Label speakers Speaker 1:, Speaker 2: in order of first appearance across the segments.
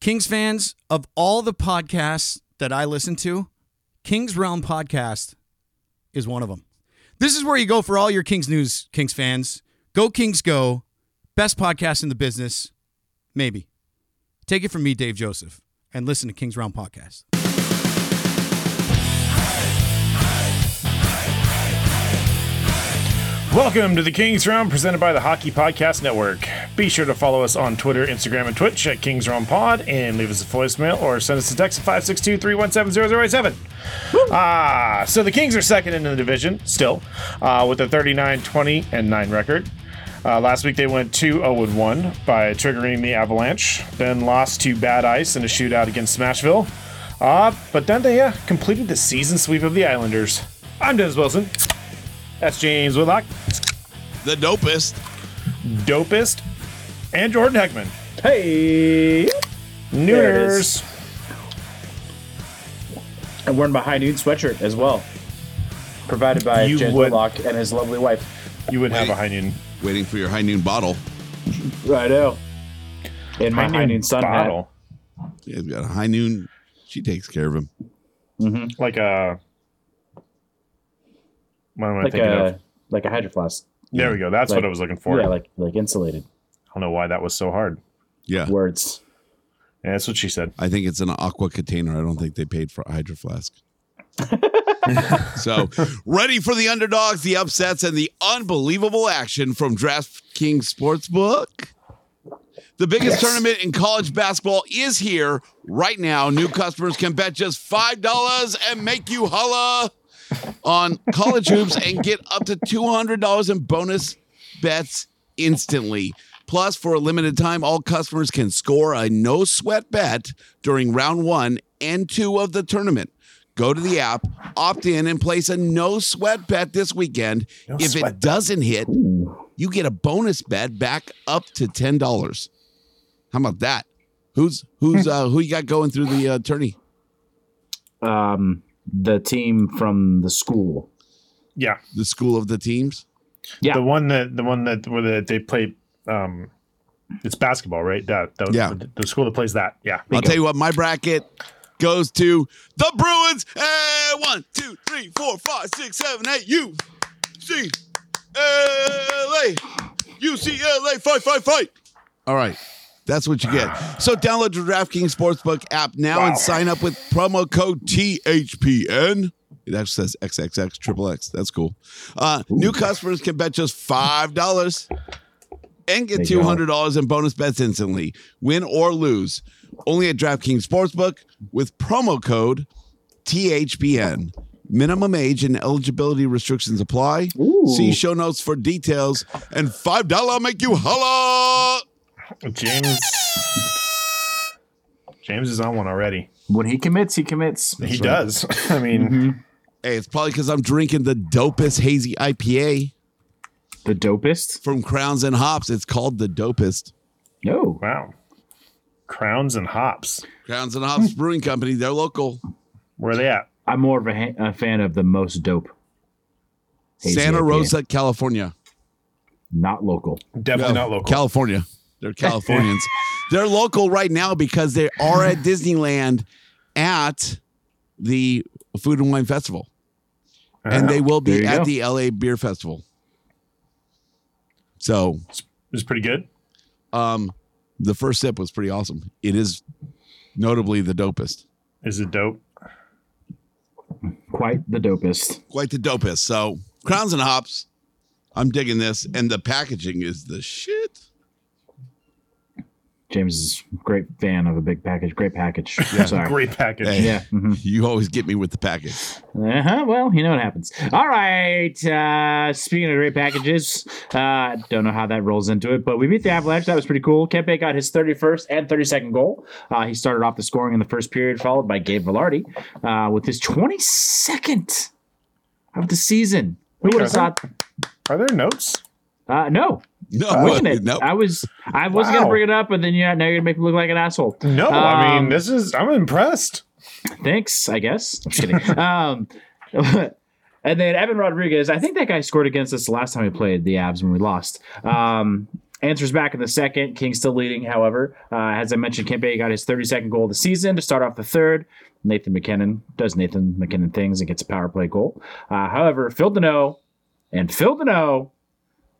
Speaker 1: Kings fans, of all the podcasts that I listen to, Kings Realm Podcast is one of them. This is where you go for all your Kings news, Kings fans. Go Kings Go, best podcast in the business, maybe. Take it from me, Dave Joseph, and listen to Kings Realm Podcast.
Speaker 2: Welcome to the Kings Room, presented by the Hockey Podcast Network. Be sure to follow us on Twitter, Instagram, and Twitch at Kings Room Pod, and leave us a voicemail or send us a text at 562 317 0087. Ah, so the Kings are second in the division still, uh, with a 39 20 and 9 record. Uh, last week they went 2 0 1 by triggering the Avalanche, then lost to Bad Ice in a shootout against Smashville. Uh, but then they uh, completed the season sweep of the Islanders. I'm Dennis Wilson. That's James Woodlock,
Speaker 3: The dopest.
Speaker 2: Dopest, and Jordan Heckman.
Speaker 4: Hey! There it
Speaker 2: News.
Speaker 4: is. I'm wearing my high noon sweatshirt as well, provided by
Speaker 2: You
Speaker 4: James
Speaker 2: would-
Speaker 4: Whitlock and his lovely wife.
Speaker 2: You would have
Speaker 3: Wait.
Speaker 2: a high noon
Speaker 3: Waiting for your high noon bottle.
Speaker 4: I know. In my high noon, sun
Speaker 2: bottle,
Speaker 3: Yeah, he's got a high noon. She takes care of him.
Speaker 2: like a. What am I
Speaker 4: hat, like
Speaker 2: thinking
Speaker 4: a
Speaker 2: of?
Speaker 4: like a hydro flask.
Speaker 2: There we go. That's
Speaker 4: like-
Speaker 2: what I was looking for.
Speaker 4: Yeah, like like insulated
Speaker 2: I don't know why that was so hard.
Speaker 3: Yeah.
Speaker 4: words.
Speaker 2: Yeah, that's what she said.
Speaker 3: I think it's an aqua container. I don't think they paid for a hydro flask. so, ready for the underdogs, the upsets, and the unbelievable action from DraftKings Sportsbook? The biggest tournament in college basketball is here right now. New customers can bet just $5 and make you holla on college hoops and get up to $200 in bonus bets instantly. Plus, for a limited time, all customers can score a no sweat bet during round one and two of the tournament. Go to the app, opt in, and place a no sweat bet this weekend. if it doesn't hit, you get a bonus bet back up to ten dollars. How about that? Who's who's uh, who you got going through the uh, tourney?
Speaker 4: Um, the team from the school.
Speaker 2: Yeah,
Speaker 3: The school of the teams.
Speaker 4: Yeah.
Speaker 2: the one that the one that where the, they play. Um, it's basketball, right? That, that
Speaker 3: Yeah.
Speaker 2: The, the school that plays that. Yeah.
Speaker 4: Uh,
Speaker 3: I'll tell you what, my bracket goes to the Bruins. And one, two, three, four, five, six, seven, eight. U C L A UCLA. Fight, fight, fight. All right. That's what you get. So download the DraftKings Sportsbook app now
Speaker 2: Wow.
Speaker 3: and sign up with promo code THPN. It actually says XXX triple X. That's cool. Uh, new customers can bet just five dollars and get
Speaker 4: There you
Speaker 3: two
Speaker 4: go.
Speaker 3: hundred dollars in bonus bets instantly, win or lose. Only at DraftKings Sportsbook with promo code THPN. Minimum age and eligibility restrictions apply. See show notes for details. And five dollar make you holla.
Speaker 2: James. James is on one already.
Speaker 4: When he commits, he commits.
Speaker 2: he does. I mean,
Speaker 4: Mm-hmm.
Speaker 3: Hey, it's probably because I'm drinking the dopest hazy IPA
Speaker 4: The dopest?
Speaker 3: from Crowns and Hops. It's called the dopest.
Speaker 4: No.
Speaker 2: wow. Crowns and hops.
Speaker 3: Crowns and Hops Brewing Company. They're local.
Speaker 2: Where are they at?
Speaker 4: I'm more of a, ha- a fan of the most dope. Hazy
Speaker 3: Santa
Speaker 4: IPA.
Speaker 3: Rosa, California.
Speaker 4: Not local.
Speaker 2: Definitely
Speaker 3: No,
Speaker 2: not local.
Speaker 3: California. They're Californians. They're local right now because they are at Disneyland at the Food and Wine Festival.
Speaker 2: Uh,
Speaker 3: And they will
Speaker 4: There
Speaker 3: be
Speaker 4: you
Speaker 3: at
Speaker 4: go.
Speaker 3: the LA Beer Festival. So
Speaker 2: It's pretty good.
Speaker 3: um, the first sip was pretty awesome. It is notably the dopest.
Speaker 2: Is it dope?
Speaker 4: Quite the dopest.
Speaker 3: Quite the dopest. So crowns and hops. I'm digging this. And the packaging is the shit.
Speaker 4: James is a great fan of a big package. Great package. Sorry.
Speaker 2: Great package.
Speaker 3: Hey.
Speaker 4: Yeah. mhm.
Speaker 3: You always get me with the package.
Speaker 4: Uh-huh. Well, you know what happens. All right. Uh, speaking of great packages, uh, don't know how that rolls into it, but we beat the Avalanche. That was pretty cool. Kempe got his 31st and 32nd goal. Uh, he started off the scoring in the first period, followed by Gabe Velarde uh, with his 22nd of the season. Who would have
Speaker 2: Okay.
Speaker 4: thought?
Speaker 2: Are there notes?
Speaker 4: Uh, no,
Speaker 3: No,
Speaker 4: I'm winging it.
Speaker 3: no.
Speaker 4: I was, I was
Speaker 2: Wow.
Speaker 4: gonna bring it up, but then you're now you're gonna make me look like an asshole.
Speaker 2: No, I mean
Speaker 4: Um,
Speaker 2: this is. I'm impressed.
Speaker 4: thanks, I guess. I'm just kidding. um, and then Evan Rodriguez, I think that guy scored against us the last time we played the Abs when we lost. Um, Answers back in the second. King still leading, however. Uh, as I mentioned, Kempe got his 32nd goal of the season to start off the third. Nathan McKinnon does Nathan McKinnon things and gets a power play goal. Uh, however, Phil Deneau and Phil Deneau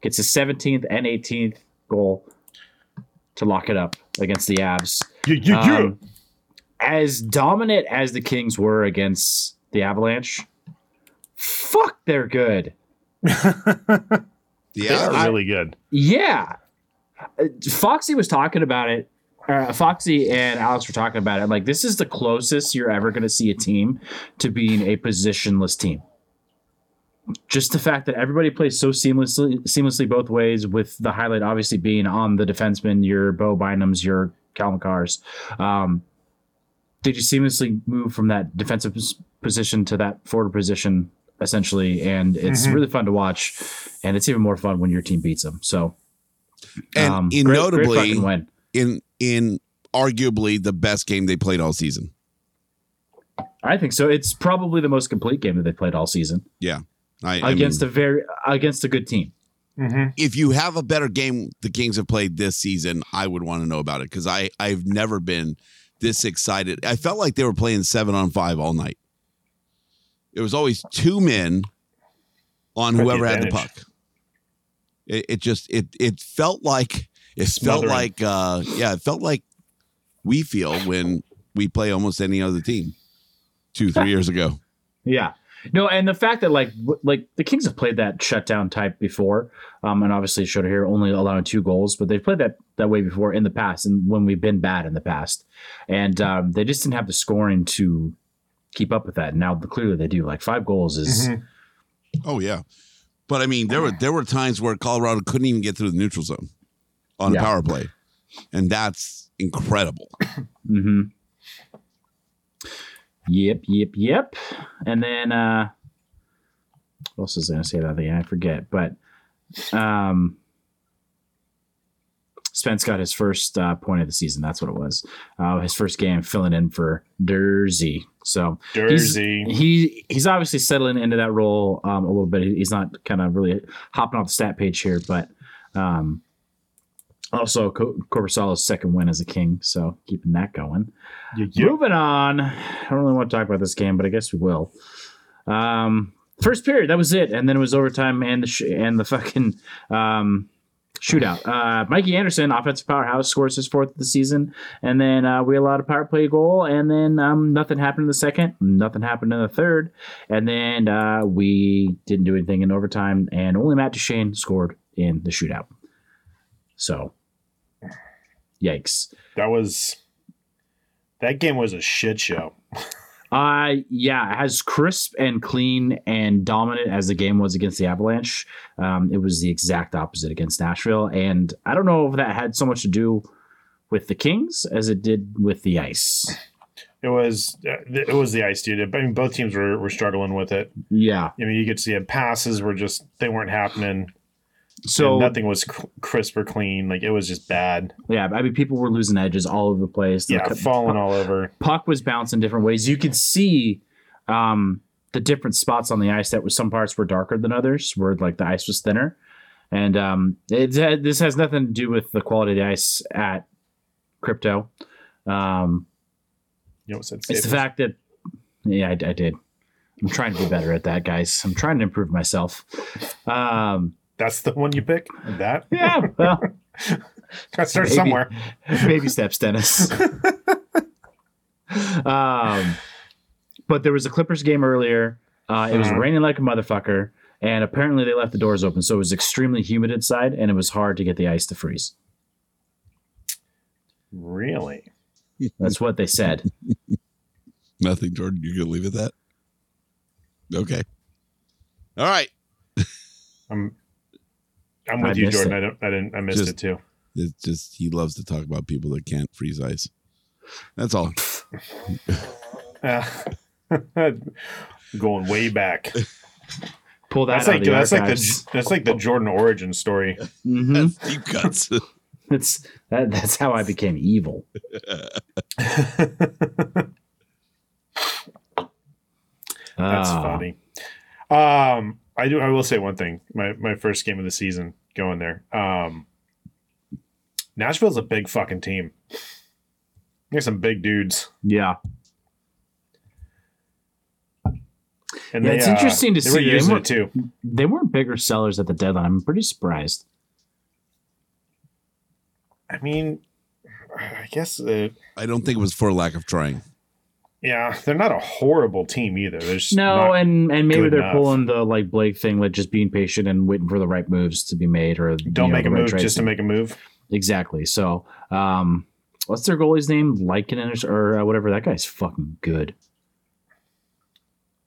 Speaker 4: gets his 17th and 18th goal to lock it up against the Avs.
Speaker 2: You, you, you.
Speaker 4: Um, as dominant as the Kings were against the Avalanche, fuck, they're good.
Speaker 3: Yeah.
Speaker 2: That's really good.
Speaker 4: Yeah. Uh, Foxy was talking about it. Uh, Foxy and Alex were talking about it. Like, this is the closest you're ever going to see a team to being a positionless team. Just the fact that everybody plays so seamlessly, seamlessly both ways, with the highlight obviously being on the defenseman, your Bo Bynums, your Calvin Cars. Um, they just seamlessly move from that defensive pos- position to that forward position essentially and it's really fun to watch and it's even more fun when your team beats them so
Speaker 3: And
Speaker 4: um,
Speaker 3: in
Speaker 4: great- great
Speaker 3: notably
Speaker 4: fucking win.
Speaker 3: in in arguably the best game they played all season.
Speaker 4: i think so it's probably the most complete game that they played all season
Speaker 3: Yeah. I, I
Speaker 4: against
Speaker 3: mean,
Speaker 4: a very against a good team
Speaker 2: Mm-hmm.
Speaker 3: if you have a better game the Kings have played this season, I would want to know about it because I I've never been this excited. I felt like they were playing seven on five all night. It was always two men on
Speaker 2: Had the
Speaker 3: whoever had the puck.
Speaker 2: advantage.
Speaker 3: It, it just it it felt like it felt
Speaker 2: Smothering.
Speaker 3: like uh yeah it felt like we feel when we play almost any other team two three years ago.
Speaker 4: Yeah. No, and the fact that like w- like the Kings have played that shutdown type before, um, and obviously showed here only allowing two goals, but they've played that that way before in the past, and when we've been bad in the past, and um, they just didn't have the scoring to keep up with that. Now clearly they do. Like five goals
Speaker 3: Mm-hmm.
Speaker 4: is
Speaker 2: Mhm.
Speaker 3: Oh yeah, but I mean, there were there were times where Colorado couldn't even get through the neutral zone on
Speaker 4: Yeah.
Speaker 3: a power play, and that's incredible.
Speaker 4: Mm-hmm. Yep, yep, yep. And then uh what else is I gonna say about the game? I forget, but um Spence got his first uh, point of the season. That's what it was. Uh, his first game filling in for Dersey. So he's-
Speaker 2: Jersey.
Speaker 4: he he's obviously settling into that role um, a little bit. He- He's not kind of really hopping off the stat page here, but um, also Co- Corpusala's second win as a king, so keeping that going.
Speaker 2: You, you.
Speaker 4: Moving on. I don't really want to talk about this game, but I guess we will. Um, first period, that was it, and then it was overtime and the sh- and the fucking um, shootout. Uh, Mikey Anderson, offensive powerhouse, scores his fourth of the season, and then uh, we allowed a power play goal, and then um, nothing happened in the second, nothing happened in the third, and then uh, we didn't do anything in overtime, and only Matt Duchene scored in the shootout. So, yikes.
Speaker 2: That was. That game was a shit show.
Speaker 4: Uh yeah, as crisp and clean and dominant as the game was against the Avalanche, um, it was the exact opposite against Nashville. And I don't know if that had so much to do with the Kings as it did with the ice.
Speaker 2: It was. uh, It was the ice, dude. I mean, both teams were, were struggling with it.
Speaker 4: Yeah.
Speaker 2: I mean, you could see it. Passes were just they weren't happening.
Speaker 4: So
Speaker 2: And nothing was cr- crisp or clean. Like it was just bad.
Speaker 4: yeah, I mean people were losing edges all over the place. The
Speaker 2: Yeah,
Speaker 4: cu-
Speaker 2: falling all over.
Speaker 4: puck was bouncing different ways. You could see um, the different spots on the ice that was some parts were darker than others, where like the ice was thinner. And um, it, this has nothing to do with the quality of the ice at crypto. Um,
Speaker 2: You know what said?
Speaker 4: it's the
Speaker 2: Staples?
Speaker 4: fact that yeah, I, I did. I'm trying to be better at that, guys. I'm trying to improve myself. Um,
Speaker 2: That's the one you pick. That
Speaker 4: yeah, well,
Speaker 2: got to start
Speaker 4: Maybe.
Speaker 2: somewhere.
Speaker 4: baby steps, Dennis. um, but there was a Clippers game earlier. Uh, it was
Speaker 2: Mhm.
Speaker 4: raining like a motherfucker, and apparently they left the doors open, so it was extremely humid inside, and it was hard to get the ice to freeze.
Speaker 2: Really?
Speaker 4: That's what they said.
Speaker 3: Nothing, Jordan. You're gonna leave it at that. Okay. All right.
Speaker 2: I'm. I'm
Speaker 4: I
Speaker 2: with you,
Speaker 4: missed
Speaker 2: Jordan.
Speaker 4: it.
Speaker 2: I don't. I didn't. I missed
Speaker 3: Just-
Speaker 2: it too.
Speaker 3: It's just he loves to talk about people that can't freeze ice. That's all.
Speaker 2: Uh, going way back.
Speaker 4: Pull that
Speaker 2: That's
Speaker 4: out
Speaker 2: like
Speaker 4: of the
Speaker 2: that's like the
Speaker 4: archives. Oh.
Speaker 2: that's like the Jordan origin story.
Speaker 4: Mhm.
Speaker 3: Deep cuts.
Speaker 4: It's that, that's how I became evil.
Speaker 2: That's
Speaker 4: Uh,
Speaker 2: funny. Um, I do. I will say one thing. My my first game of the season going there. Um, Nashville's a big fucking team. There's some big dudes.
Speaker 4: Yeah.
Speaker 2: And
Speaker 4: Yeah, it's interesting to
Speaker 2: they were
Speaker 4: see. They
Speaker 2: using
Speaker 4: weren't-
Speaker 2: it too.
Speaker 4: They weren't bigger sellers at the deadline. I'm pretty surprised.
Speaker 2: I mean, I guess uh,
Speaker 3: I don't think it was for lack of trying.
Speaker 2: yeah, they're not a horrible team either. They're just
Speaker 4: No,
Speaker 2: not-
Speaker 4: and and maybe
Speaker 2: good
Speaker 4: they're
Speaker 2: enough.
Speaker 4: pulling the like Blake thing, like just being patient and waiting for the right moves to be made, or you
Speaker 2: don't
Speaker 4: know,
Speaker 2: make
Speaker 4: the
Speaker 2: a
Speaker 4: right
Speaker 2: move
Speaker 4: trades
Speaker 2: just to make a move.
Speaker 4: Exactly. So, um, what's their goalie's name? Lycan or uh, whatever. That guy's fucking good.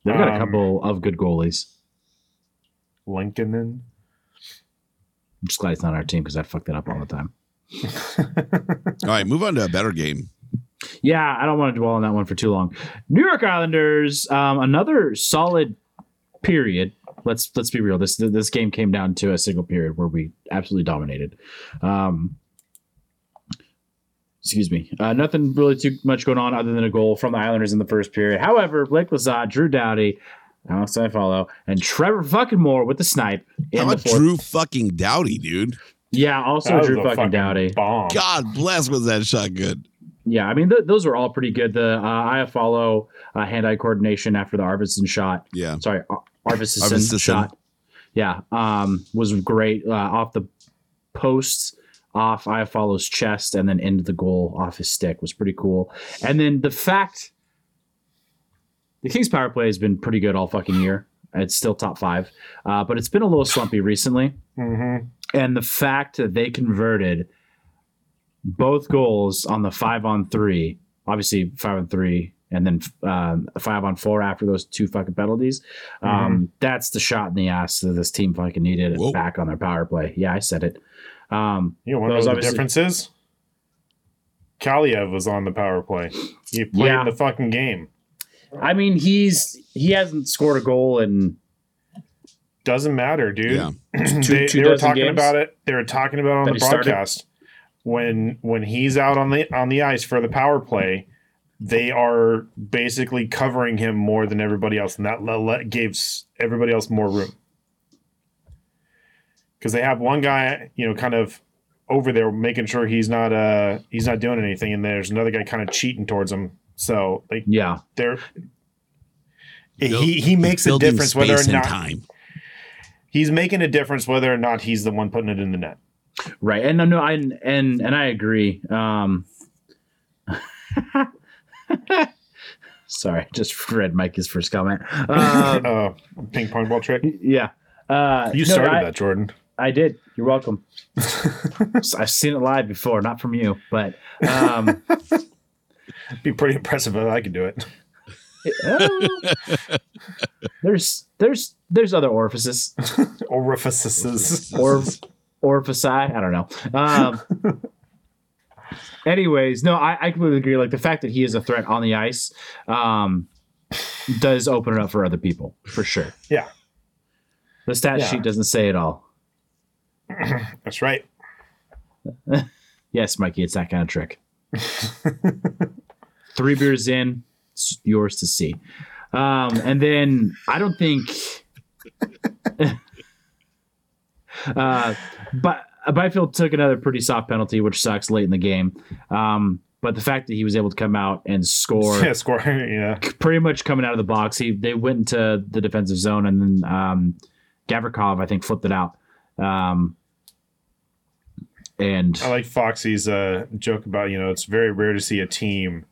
Speaker 4: They've got a
Speaker 2: Um,
Speaker 4: couple of good goalies.
Speaker 2: Lincoln then.
Speaker 4: I'm just glad it's not our team because I fuck that up all the time.
Speaker 3: All right, move on to a better game.
Speaker 4: Yeah, I don't want to dwell on that one for too long. New York Islanders, um, another solid period. Let's let's be real. This this game came down to a single period where we absolutely dominated. Um, excuse me. Uh, nothing really too much going on other than a goal from the Islanders in the first period. However, Blake Lazat, Drew Dowdy, Alex Follow, and Trevor fucking Moore with the snipe in
Speaker 3: How
Speaker 4: the
Speaker 3: about
Speaker 4: fourth.
Speaker 3: Drew fucking Dowdy, dude?
Speaker 4: yeah, also
Speaker 2: That was
Speaker 4: Drew
Speaker 2: a
Speaker 4: fucking, Dowdy.
Speaker 2: bomb.
Speaker 3: God bless was that shot good.
Speaker 4: Yeah, I mean th- those were all pretty good. The uh, I follow uh, hand-eye coordination after the Arvidsson shot.
Speaker 3: Yeah.
Speaker 4: Sorry, Ar- Arvidsson
Speaker 3: Arvidsson.
Speaker 4: shot. Yeah, um, was great uh, off the posts, off I follow's chest, and then into the goal off his stick was pretty cool. And then the fact the Kings power play has been pretty good all fucking year. It's still top five, uh, but it's been a little slumpy recently
Speaker 2: hmm
Speaker 4: and the fact that they converted both goals on the five on three, obviously five on three, and then um, five on four after those two fucking penalties. Um, That's the shot in the ass that this team fucking needed
Speaker 3: Whoa.
Speaker 4: back on their power play. Yeah, I said it. Um,
Speaker 2: You know what
Speaker 4: Those
Speaker 2: those
Speaker 4: obviously-
Speaker 2: differences? Kaliev was on the power play. He played
Speaker 4: Yeah.
Speaker 2: the fucking game.
Speaker 4: I mean, he's he hasn't scored a goal in
Speaker 2: Doesn't matter, dude.
Speaker 3: Yeah.
Speaker 2: they, they
Speaker 4: two
Speaker 2: were
Speaker 4: dozen
Speaker 2: talking
Speaker 4: games
Speaker 2: about it. They were talking about it
Speaker 4: that
Speaker 2: on the
Speaker 4: he started?
Speaker 2: broadcast when when he's out on the on the ice for the power play. They are basically covering him more than everybody else, and that le- le- gives everybody else more room because they have one guy, you know, kind of over there making sure he's not uh he's not doing anything, and there's another guy kind of cheating towards him. So like
Speaker 4: yeah.
Speaker 2: they're
Speaker 3: Build-
Speaker 2: he he makes a
Speaker 3: Building
Speaker 2: difference whether or
Speaker 3: space and
Speaker 2: not
Speaker 3: time.
Speaker 2: he's making a difference whether or not he's the one putting it in the net.
Speaker 4: Right. And no, no, I and and I agree. Um Sorry, I just read Mike's first comment. Um,
Speaker 2: Uh, ping pong ball trick.
Speaker 4: yeah. Uh,
Speaker 2: You
Speaker 4: no,
Speaker 2: started
Speaker 4: I,
Speaker 2: that, Jordan.
Speaker 4: I did. You're welcome. I've seen it live before, not from you, but um,
Speaker 2: It'd be pretty impressive if I could do it.
Speaker 4: there's there's there's other orifices
Speaker 2: Orifices.
Speaker 4: or orifici. I don't know. Um, anyways, no, I, I completely agree. Like the fact that he is a threat on the ice um, does open it up for other people for sure.
Speaker 2: Yeah.
Speaker 4: The stat
Speaker 2: Yeah.
Speaker 4: sheet doesn't say it all.
Speaker 2: That's right.
Speaker 4: Yes, Mikey, it's that kind of trick. Three beers in, it's yours to see. Um, and then I don't think. uh, but Byfield took another pretty soft penalty, which sucks late in the game. Um, but the fact that he was able to come out and score
Speaker 2: yeah, score. Yeah.
Speaker 4: pretty much coming out of the box. He they went into the defensive zone and then um, Gavrikov I think flipped it out. Um, and
Speaker 2: I like Foxy's uh, joke about, you know, it's very rare to see a team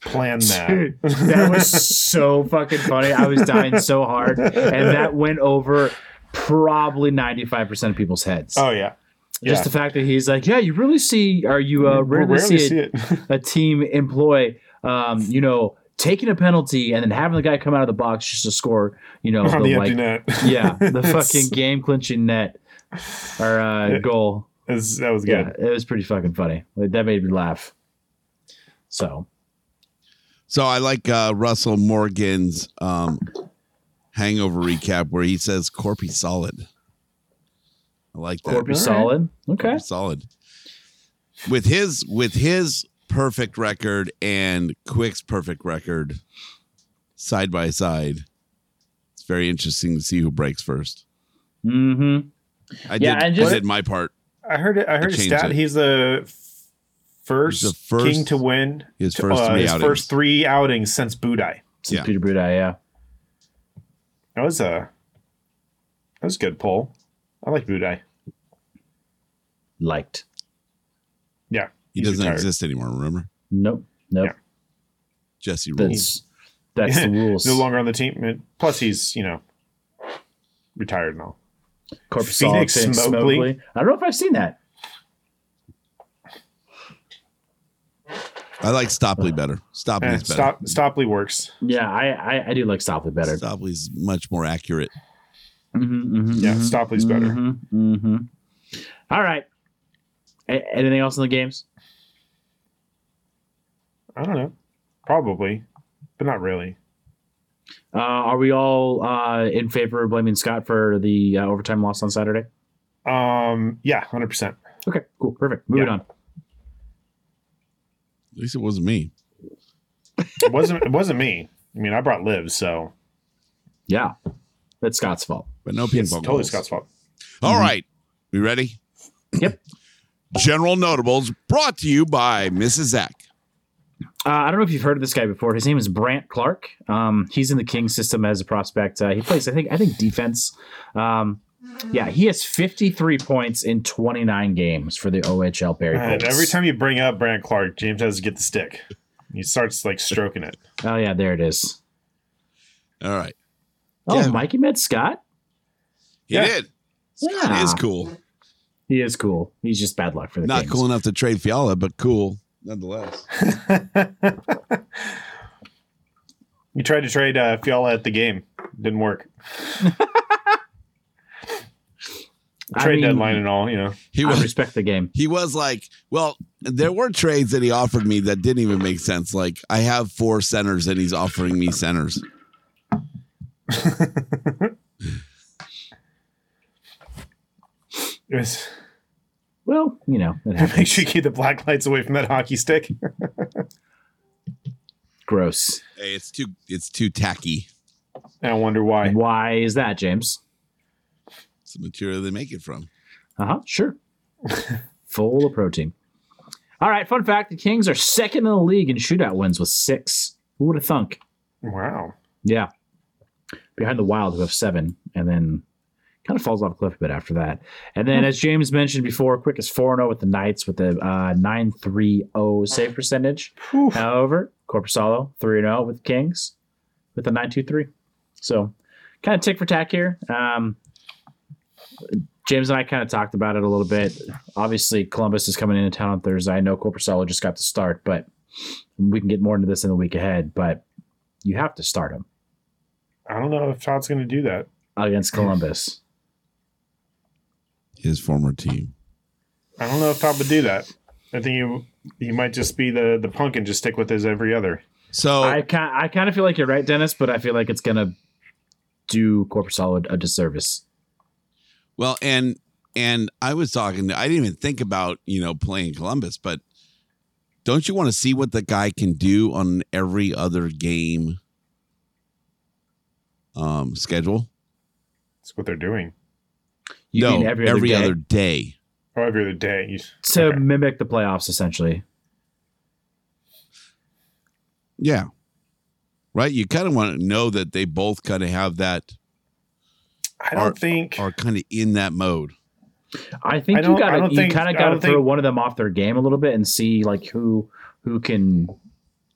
Speaker 2: plan that.
Speaker 4: Dude, that was so fucking funny. I was dying so hard, and that went over probably ninety five percent of people's heads.
Speaker 2: Oh, yeah. Yeah. Mm-hmm.
Speaker 4: Just the fact that he's like, yeah, you really see, or you uh,
Speaker 2: We
Speaker 4: rarely, see, a,
Speaker 2: it.
Speaker 4: a team employ, um, you know, taking a penalty and then having the guy come out of the box just to score, you know,
Speaker 2: on
Speaker 4: the,
Speaker 2: the
Speaker 4: like,
Speaker 2: empty net.
Speaker 4: yeah, the
Speaker 2: It's-
Speaker 4: fucking game clinching net or uh, goal.
Speaker 2: it's- that was
Speaker 4: Yeah,
Speaker 2: good.
Speaker 4: it was pretty fucking funny. Like, that made me laugh. So
Speaker 3: So I like uh, Russell Morgan's um, hangover recap where he says Corpy solid. I like that.
Speaker 4: Corby solid. Okay.
Speaker 3: solid. With his with his perfect record and Quick's perfect record side by side, it's very interesting to see who breaks first.
Speaker 4: Mm-hmm.
Speaker 3: I
Speaker 4: Yeah,
Speaker 3: did
Speaker 4: and just-
Speaker 3: I did my part.
Speaker 2: I heard it. I heard his
Speaker 3: changed
Speaker 2: stat.
Speaker 3: it.
Speaker 2: He's the f- first,
Speaker 3: He's the first-
Speaker 2: king to win
Speaker 3: his
Speaker 2: to-
Speaker 3: first three
Speaker 2: Uh, his
Speaker 3: outings.
Speaker 2: first three outings since Budai.
Speaker 3: Yeah.
Speaker 4: Peter uh, Budai, yeah.
Speaker 2: That was a that was a good poll. I like Budai.
Speaker 4: Liked.
Speaker 2: Yeah,
Speaker 3: He
Speaker 2: he's
Speaker 3: doesn't
Speaker 2: retired.
Speaker 3: exist anymore, remember?
Speaker 4: Nope. Nope.
Speaker 2: Yeah.
Speaker 3: Jesse rules.
Speaker 4: That's that's the rules.
Speaker 2: No longer on the team. And Plus, he's you know retired now.
Speaker 4: Corpus
Speaker 2: Phoenix
Speaker 4: Solid, Phoenix
Speaker 2: Smogley.
Speaker 4: Smogley. I don't know if I've seen that.
Speaker 3: I like Stopley better.
Speaker 2: Eh,
Speaker 3: Stopley's better.
Speaker 2: Stop, Stopley works.
Speaker 4: Yeah, I I, I do like Stopley better.
Speaker 3: Stopley's much more accurate.
Speaker 4: Mhm, mhm,
Speaker 2: Yeah,
Speaker 4: mhm,
Speaker 2: Stopley's better.
Speaker 4: mhm, mhm. All right. A- anything else in the games?
Speaker 2: I don't know. Probably, but not really.
Speaker 4: Uh, are we all uh, in favor of blaming Scott for the uh, overtime loss on Saturday?
Speaker 2: Um. Yeah. Hundred percent.
Speaker 4: Okay, cool, perfect. Moving
Speaker 2: Yeah.
Speaker 4: on.
Speaker 3: At least it wasn't me.
Speaker 2: It wasn't. it wasn't me. I mean, I brought Liv, so
Speaker 4: Yeah, that's Scott's fault.
Speaker 3: But no ping
Speaker 2: it's
Speaker 3: pong.
Speaker 2: totally
Speaker 3: goals.
Speaker 2: Scott's fault.
Speaker 3: All right. We ready?
Speaker 4: Mm-hmm. Yep.
Speaker 3: General Notables brought to you by Mrs. Zach.
Speaker 4: Uh, I don't know if you've heard of this guy before. His name is Brant Clark. Um, he's in the King system as a prospect. Uh, he plays, I think, I think defense. Um, yeah, he has 53 points in 29 games for the OHL Barry
Speaker 2: And
Speaker 4: Colts.
Speaker 2: every time you bring up Brand Clark, James has to get the stick. He starts like stroking it.
Speaker 4: Oh yeah, there it is.
Speaker 3: All right.
Speaker 4: Oh,
Speaker 3: Yeah.
Speaker 4: Mikey met Scott.
Speaker 3: He
Speaker 2: Yeah.
Speaker 3: did.
Speaker 4: Yeah.
Speaker 3: It is cool.
Speaker 4: He is cool. He's just bad luck for the
Speaker 3: Not
Speaker 4: Kings.
Speaker 3: cool enough to trade Fiala, but cool nonetheless.
Speaker 2: You tried to trade uh, Fiala at the game, didn't work.
Speaker 4: I
Speaker 2: Trade
Speaker 4: mean,
Speaker 2: deadline and all, you know.
Speaker 3: He
Speaker 4: I
Speaker 3: was
Speaker 4: respect the game.
Speaker 3: he was like, well, there were trades that he offered me that didn't even make sense. Like I have four centers and he's offering me centers.
Speaker 2: It was,
Speaker 4: Well, you know, it happens.
Speaker 2: make sure you keep the black lights away from that hockey stick.
Speaker 4: gross.
Speaker 3: Hey, it's too it's too tacky.
Speaker 2: I wonder why.
Speaker 4: Why is that, James?
Speaker 3: It's the material they make it from.
Speaker 4: Uh huh. Sure. Full of protein. All right. Fun fact: the Kings are second in the league in shootout wins with six. Who would have thunk?
Speaker 2: Wow.
Speaker 4: Yeah. Behind the Wild, who have seven, and then kind of falls off a cliff a bit after that. And then, as James mentioned before, Quick is 4 0 with the Knights with a uh, 9 3 0 save percentage.
Speaker 2: Whew.
Speaker 4: However, Corpusalo 3 0 with Kings with a 9 2 3. So, kind of tick for tack here. Um, James and I kind of talked about it a little bit. Obviously, Columbus is coming into town on Thursday. I know Corpusalo just got the start, but we can get more into this in the week ahead. But you have to start him
Speaker 2: I don't know if Todd's going to do that.
Speaker 4: against Columbus.
Speaker 3: His former team.
Speaker 2: I don't know if Todd would do that. I think he he might just be the the punk and just stick with his every other.
Speaker 3: So
Speaker 4: I kind I kind of feel like you're right, Dennis, but I feel like it's gonna do Corpusalo a disservice.
Speaker 3: Well, and and I was talking. I didn't even think about you know playing Columbus, but don't you want to see what the guy can do on every other game um schedule?
Speaker 2: That's what they're doing.
Speaker 4: You
Speaker 3: no,
Speaker 4: mean every other day?
Speaker 3: other day.
Speaker 2: Or Oh, every other day. You-
Speaker 4: to
Speaker 2: Okay.
Speaker 4: mimic the playoffs, essentially.
Speaker 3: Yeah, right. You kind of want to know that they both kind of have that,
Speaker 2: I don't
Speaker 3: Or-
Speaker 2: think.
Speaker 3: are kind of in that mode.
Speaker 4: I think
Speaker 2: I
Speaker 4: you
Speaker 2: don't-
Speaker 4: got
Speaker 2: I don't
Speaker 4: to you
Speaker 2: think-
Speaker 4: kind of
Speaker 2: I
Speaker 4: got to
Speaker 2: don't
Speaker 4: throw
Speaker 2: think-
Speaker 4: one of them off their game a little bit and see like who who can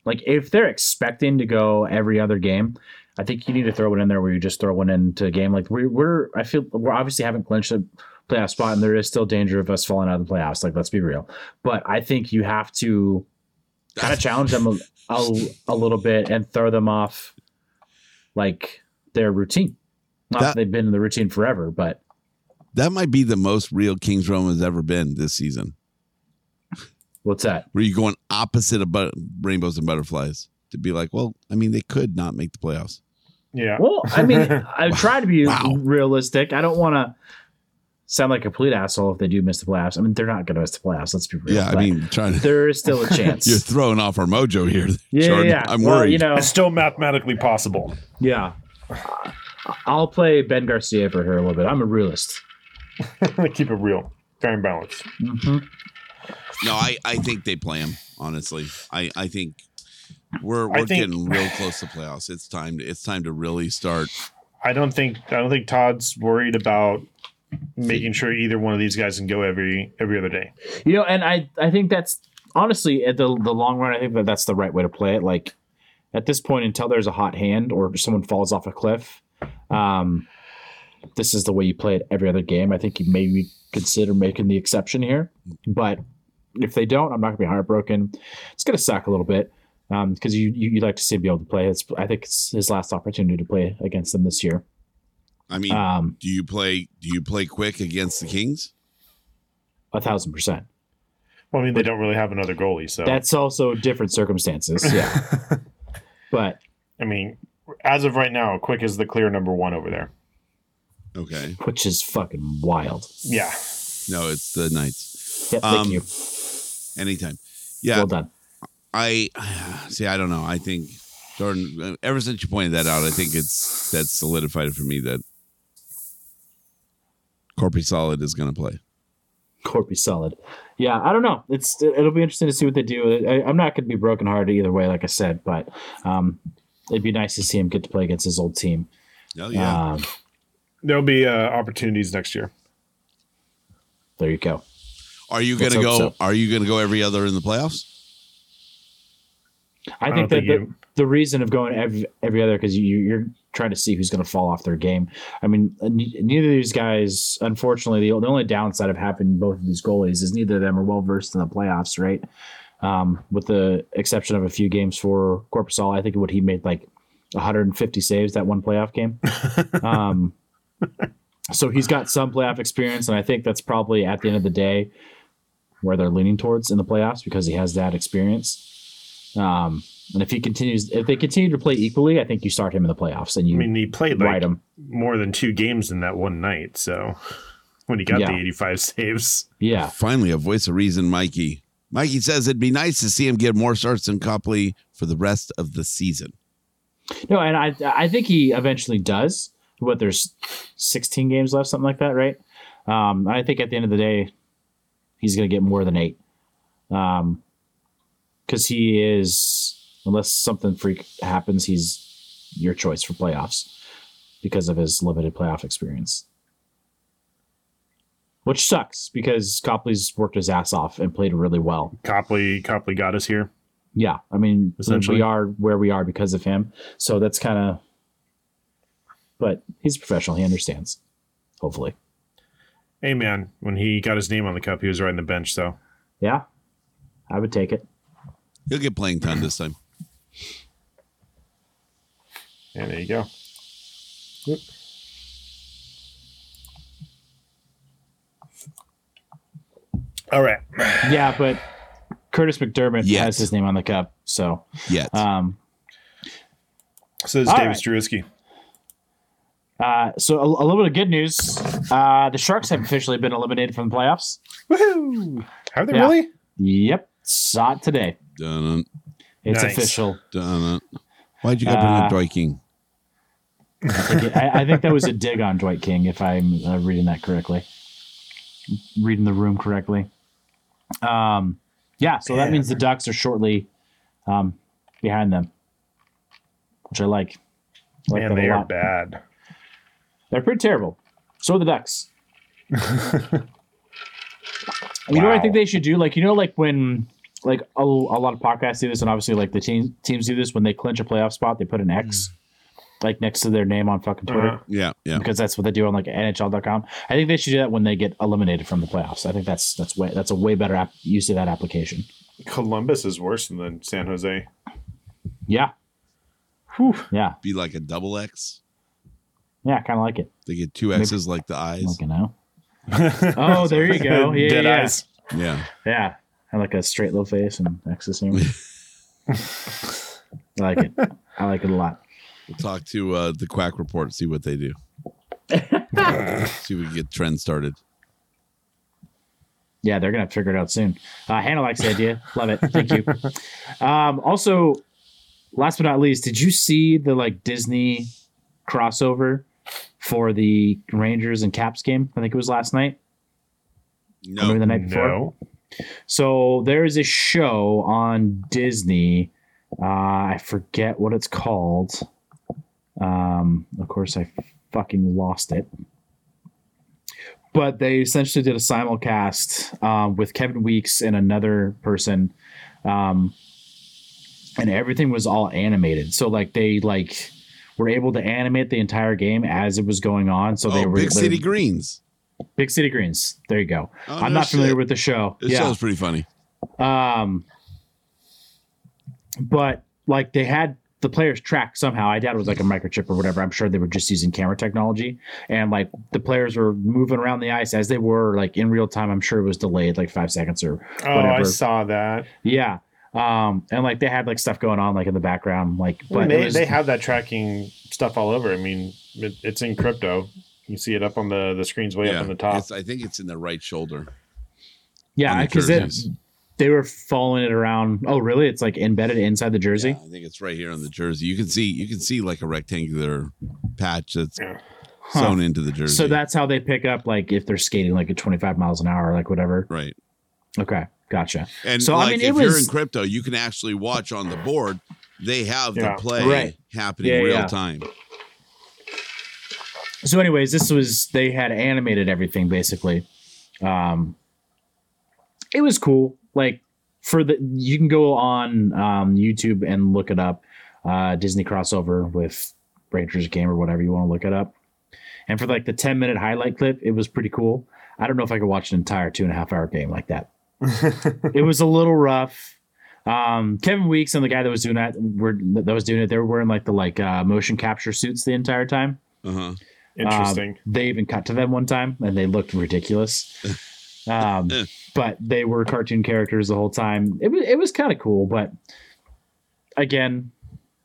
Speaker 4: like if they're expecting to go every other game. I think you need to throw one in there where you just throw one into a game like we, we're. I feel we're obviously haven't clinched a playoff spot, and there is still danger of us falling out of the playoffs. Like let's be real, but I think you have to kind of challenge them a, a, a little bit and throw them off like their routine. Not that,
Speaker 3: That-
Speaker 4: they've been in the routine forever, but
Speaker 3: That might be the most real Kings Rome has ever been this season.
Speaker 4: what's that?
Speaker 3: Where you going opposite of but- rainbows and butterflies to be like, well, I mean, they could not make the playoffs.
Speaker 2: Yeah.
Speaker 4: Well, I mean, I try to be
Speaker 3: Wow.
Speaker 4: realistic. I don't want to sound like a complete asshole if they do miss the playoffs. I mean, they're not going to miss the playoffs. Let's be real.
Speaker 3: Yeah, I
Speaker 4: but
Speaker 3: mean, trying to.
Speaker 4: there is still a
Speaker 3: You're
Speaker 4: chance.
Speaker 3: throwing off our mojo here.
Speaker 4: yeah, yeah,
Speaker 3: Jordan.
Speaker 4: yeah.
Speaker 3: I'm
Speaker 4: well,
Speaker 3: worried.
Speaker 4: You know,
Speaker 2: It's still mathematically possible.
Speaker 4: yeah. I'll play Ben Garcia for her a little bit. I'm a realist.
Speaker 2: Keep it real. Very balanced.
Speaker 3: Mm-hmm. No, I, I think they play him. Honestly, I, I think we're
Speaker 2: I
Speaker 3: we're
Speaker 2: think-
Speaker 3: getting real close to playoffs. It's time. To, it's time to really start.
Speaker 2: I don't think I don't think Todd's worried about making sure either one of these guys can go every every other day.
Speaker 4: You know, and I I think that's honestly at the the long run, I think that that's the right way to play it. Like at this point, until there's a hot hand or someone falls off a cliff, um, this is the way you play it every other game. I think you maybe consider making the exception here, but if they don't, I'm not gonna be heartbroken. It's gonna suck a little bit. Because you, you you like to see him be able to play. It's I think it's his last opportunity to play against them this year.
Speaker 3: I mean,
Speaker 4: Um,
Speaker 3: do you play? Do you play quick against the Kings?
Speaker 4: a thousand percent.
Speaker 2: Well, I mean, they don't really have another goalie, so
Speaker 4: That's also different circumstances. Yeah, but
Speaker 2: I mean, as of right now, Quick is the clear number one over there.
Speaker 3: Okay,
Speaker 4: which is fucking wild.
Speaker 2: Yeah,
Speaker 3: no, it's the Knights.
Speaker 4: Yeah, thank
Speaker 3: Um,
Speaker 4: you.
Speaker 3: Anytime. Yeah,
Speaker 4: Well done.
Speaker 3: I see. I don't know. I think Jordan. uh, Ever since you pointed that out, I think it's that solidified it for me that Corpy Solid is going to play.
Speaker 4: Corpy solid. Yeah, I don't know. It's it'll be interesting to see what they do. I, I'm not going to be brokenhearted either way, like I said, but um, it'd be nice to see him get to play against his old team.
Speaker 3: Oh
Speaker 4: Um,
Speaker 2: there'll be uh, opportunities next year.
Speaker 4: there you go.
Speaker 3: are you going to
Speaker 4: let's
Speaker 3: go?
Speaker 4: hope so.
Speaker 3: Are you going to go every other in the playoffs?
Speaker 4: I,
Speaker 2: I don't
Speaker 4: think that
Speaker 2: think
Speaker 4: the,
Speaker 2: you-
Speaker 4: the reason of going every every other because you you're trying to see who's going to fall off their game. I mean, uh, ne- neither of these guys, unfortunately, the, the only downside of having both of these goalies is neither of them are well versed in the playoffs, right? Um, with the exception of a few games for Corpusal, I think what he made like 150 saves that one playoff game. um, so he's got some playoff experience, and I think that's probably at the end of the day where they're leaning towards in the playoffs because he has that experience. Um, and if he continues, if they continue to play equally, I think you start him in the playoffs and you
Speaker 2: I mean, he played like
Speaker 4: ride him.
Speaker 2: more than two games in that one night, so when he got
Speaker 4: Yeah.
Speaker 2: the 85 saves,
Speaker 4: Yeah,
Speaker 3: Finally, a voice of reason, Mikey. Mikey says it'd be nice to see him get more starts than Copley for the rest of the season.
Speaker 4: no, and I I think he eventually does. What there's 16 games left, something like that, right? Um, I think at the end of the day, he's going to get more than eight, um, because he is unless something freak happens, he's your choice for playoffs because of his limited playoff experience. Which sucks because Copley's worked his ass off and played really well.
Speaker 2: Copley Copley got us here.
Speaker 4: yeah i mean
Speaker 2: Essentially.
Speaker 4: we are where we are because of him so that's kind of but he's a professional he understands hopefully
Speaker 2: Hey man, when he got his name on the cup, he was riding the bench. So
Speaker 4: yeah i would take it
Speaker 3: He'll get playing time this time.
Speaker 2: yeah, there you go. All right,
Speaker 4: yeah but curtis mcdermott
Speaker 3: Yes.
Speaker 4: has his name on the cup so
Speaker 3: Yet.
Speaker 4: um
Speaker 2: so this is
Speaker 4: All
Speaker 2: David
Speaker 4: right.
Speaker 2: Strusky.
Speaker 4: uh, so a, a little bit of good news uh the sharks have officially been eliminated from the playoffs
Speaker 2: Woohoo! Have they
Speaker 4: Yeah.
Speaker 2: really?
Speaker 4: yep saw it today
Speaker 3: Dun,
Speaker 4: it's
Speaker 2: Nice.
Speaker 4: official
Speaker 3: dun, dun. Why'd you go bring
Speaker 4: Uh,
Speaker 3: up Dry King?
Speaker 4: I, I think that was a dig on Dwight King, if I'm uh, reading that correctly, reading the room correctly. Um, yeah, so that means the Ducks are shortly um, behind them, which I like. I like
Speaker 2: Man,
Speaker 4: that
Speaker 2: they
Speaker 4: a
Speaker 2: are
Speaker 4: lot.
Speaker 2: bad.
Speaker 4: They're pretty terrible. So are the Ducks. You know what I
Speaker 2: Wow.
Speaker 4: think they should do? Like, you know, like when like a, a lot of podcasts do this, and obviously like the team, teams do this when they clinch a playoff spot, they put an X
Speaker 2: Mm.
Speaker 4: like next to their name on fucking Twitter
Speaker 2: Uh-huh.
Speaker 3: Yeah, yeah.
Speaker 4: because that's what they do on like NHL.com. I think they should do that when they get eliminated from the playoffs. I think that's that's way that's a way better app, use of that application.
Speaker 2: Columbus is worse than San Jose.
Speaker 4: Yeah,
Speaker 2: Whew.
Speaker 4: yeah,
Speaker 3: Be like a double X.
Speaker 4: yeah. Kind of like it.
Speaker 3: They get two X's like the eyes.
Speaker 4: Like you know. oh, there you go. Yeah,
Speaker 2: Dead
Speaker 4: yeah,
Speaker 2: eyes.
Speaker 3: Yeah.
Speaker 4: yeah. And like a straight little face and X's humor. I like it. I like it a lot.
Speaker 3: We'll talk to uh, the Quack Report, see what they do. see if we can get trends started.
Speaker 4: Yeah, they're gonna figure it out soon. Uh, Hannah likes the idea. Love it. Thank you. Um, also, last but not least, did you see the like Disney crossover for the Rangers and Caps game? I think it was last night. or maybe
Speaker 3: No.
Speaker 4: the night before.
Speaker 2: No.
Speaker 4: So there is a show on Disney. Uh, I forget what it's called. Um, of course, I fucking lost it. But they essentially did a simulcast um, with Kevin Weeks and another person, um, and everything was all animated. So like they like were able to animate the entire game as it was going on. So they
Speaker 3: oh,
Speaker 4: were
Speaker 3: Big City
Speaker 4: they're-
Speaker 3: Greens.
Speaker 4: Big City Greens. There you go.
Speaker 3: Oh,
Speaker 4: I'm
Speaker 3: no
Speaker 4: not familiar
Speaker 3: shit.
Speaker 4: with the show.
Speaker 3: It sounds pretty funny.
Speaker 4: Um, but like they had the players tracked somehow. I doubt it was like a microchip or whatever. I'm sure they were just using camera technology, and like the players were moving around the ice as they were like in real time. I'm sure it was delayed like five seconds or
Speaker 2: Oh, I
Speaker 4: whatever.
Speaker 2: saw that.
Speaker 4: yeah. Um, and like they had like stuff going on like in the background, like but it
Speaker 2: they,
Speaker 4: was-
Speaker 2: they have that tracking stuff all over. I mean, it, it's in crypto. You see it up on the, the screens way up on the top.
Speaker 3: It's- I think it's in the right shoulder. on
Speaker 4: yeah
Speaker 3: the
Speaker 4: because
Speaker 3: jerseys.
Speaker 4: they were following it around. Oh, really? It's like embedded inside the jersey.
Speaker 3: Yeah, I think it's right here on the jersey. You can see you can see like a rectangular patch that's
Speaker 4: Huh.
Speaker 3: sewn into the jersey.
Speaker 4: So that's how they pick up like if they're skating like at 25 miles an hour, like whatever.
Speaker 3: right.
Speaker 4: Okay, gotcha.
Speaker 3: And
Speaker 4: So, I
Speaker 3: like
Speaker 4: mean, it
Speaker 3: if you're
Speaker 4: was-
Speaker 3: in crypto, you can actually watch on the board. They have
Speaker 2: Yeah.
Speaker 3: the play
Speaker 4: Right.
Speaker 3: happening
Speaker 4: Yeah,
Speaker 3: real
Speaker 4: yeah.
Speaker 3: time.
Speaker 4: so anyways this was they had animated everything basically um it was cool like for the you can go on um youtube and look it up uh disney crossover with rangers game or whatever you want to look it up and for like the 10 minute highlight clip it was pretty cool i don't know if i could watch an entire two and a half hour game like that it was a little rough um kevin weeks and the guy that was doing that were that was doing it they were wearing like the like uh motion capture suits the entire time
Speaker 3: Uh-huh.
Speaker 2: Interesting.
Speaker 4: um, they even cut to them one time, and they looked ridiculous. Um, but they were cartoon characters the whole time. It was it was kind of cool, but again,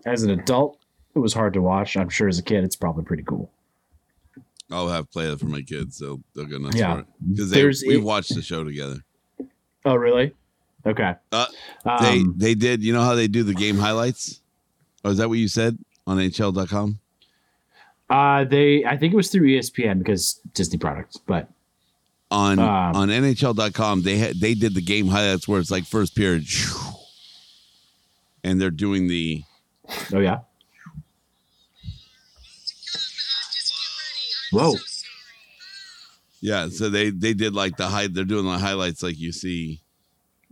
Speaker 4: as an adult, it was hard to watch. I'm sure as a kid, it's probably pretty cool.
Speaker 3: I'll have play that for my kids. They'll they'll go nuts
Speaker 4: Yeah.
Speaker 3: for it because
Speaker 4: There's
Speaker 3: we
Speaker 4: e-
Speaker 3: watched the show together.
Speaker 4: Oh, really? Okay.
Speaker 3: Uh,
Speaker 4: um,
Speaker 3: They they did. You know how they do the game highlights? Oh, is that what you said on NHL.com?
Speaker 4: uh, they I think it was through E ESPN because Disney products, but
Speaker 3: On
Speaker 4: Um,
Speaker 3: on NHL.com, they had they did the game highlights where it's like first period, and they're doing the
Speaker 4: oh yeah. Whoa.
Speaker 3: yeah. So they they did like the high. They're doing the highlights like you see.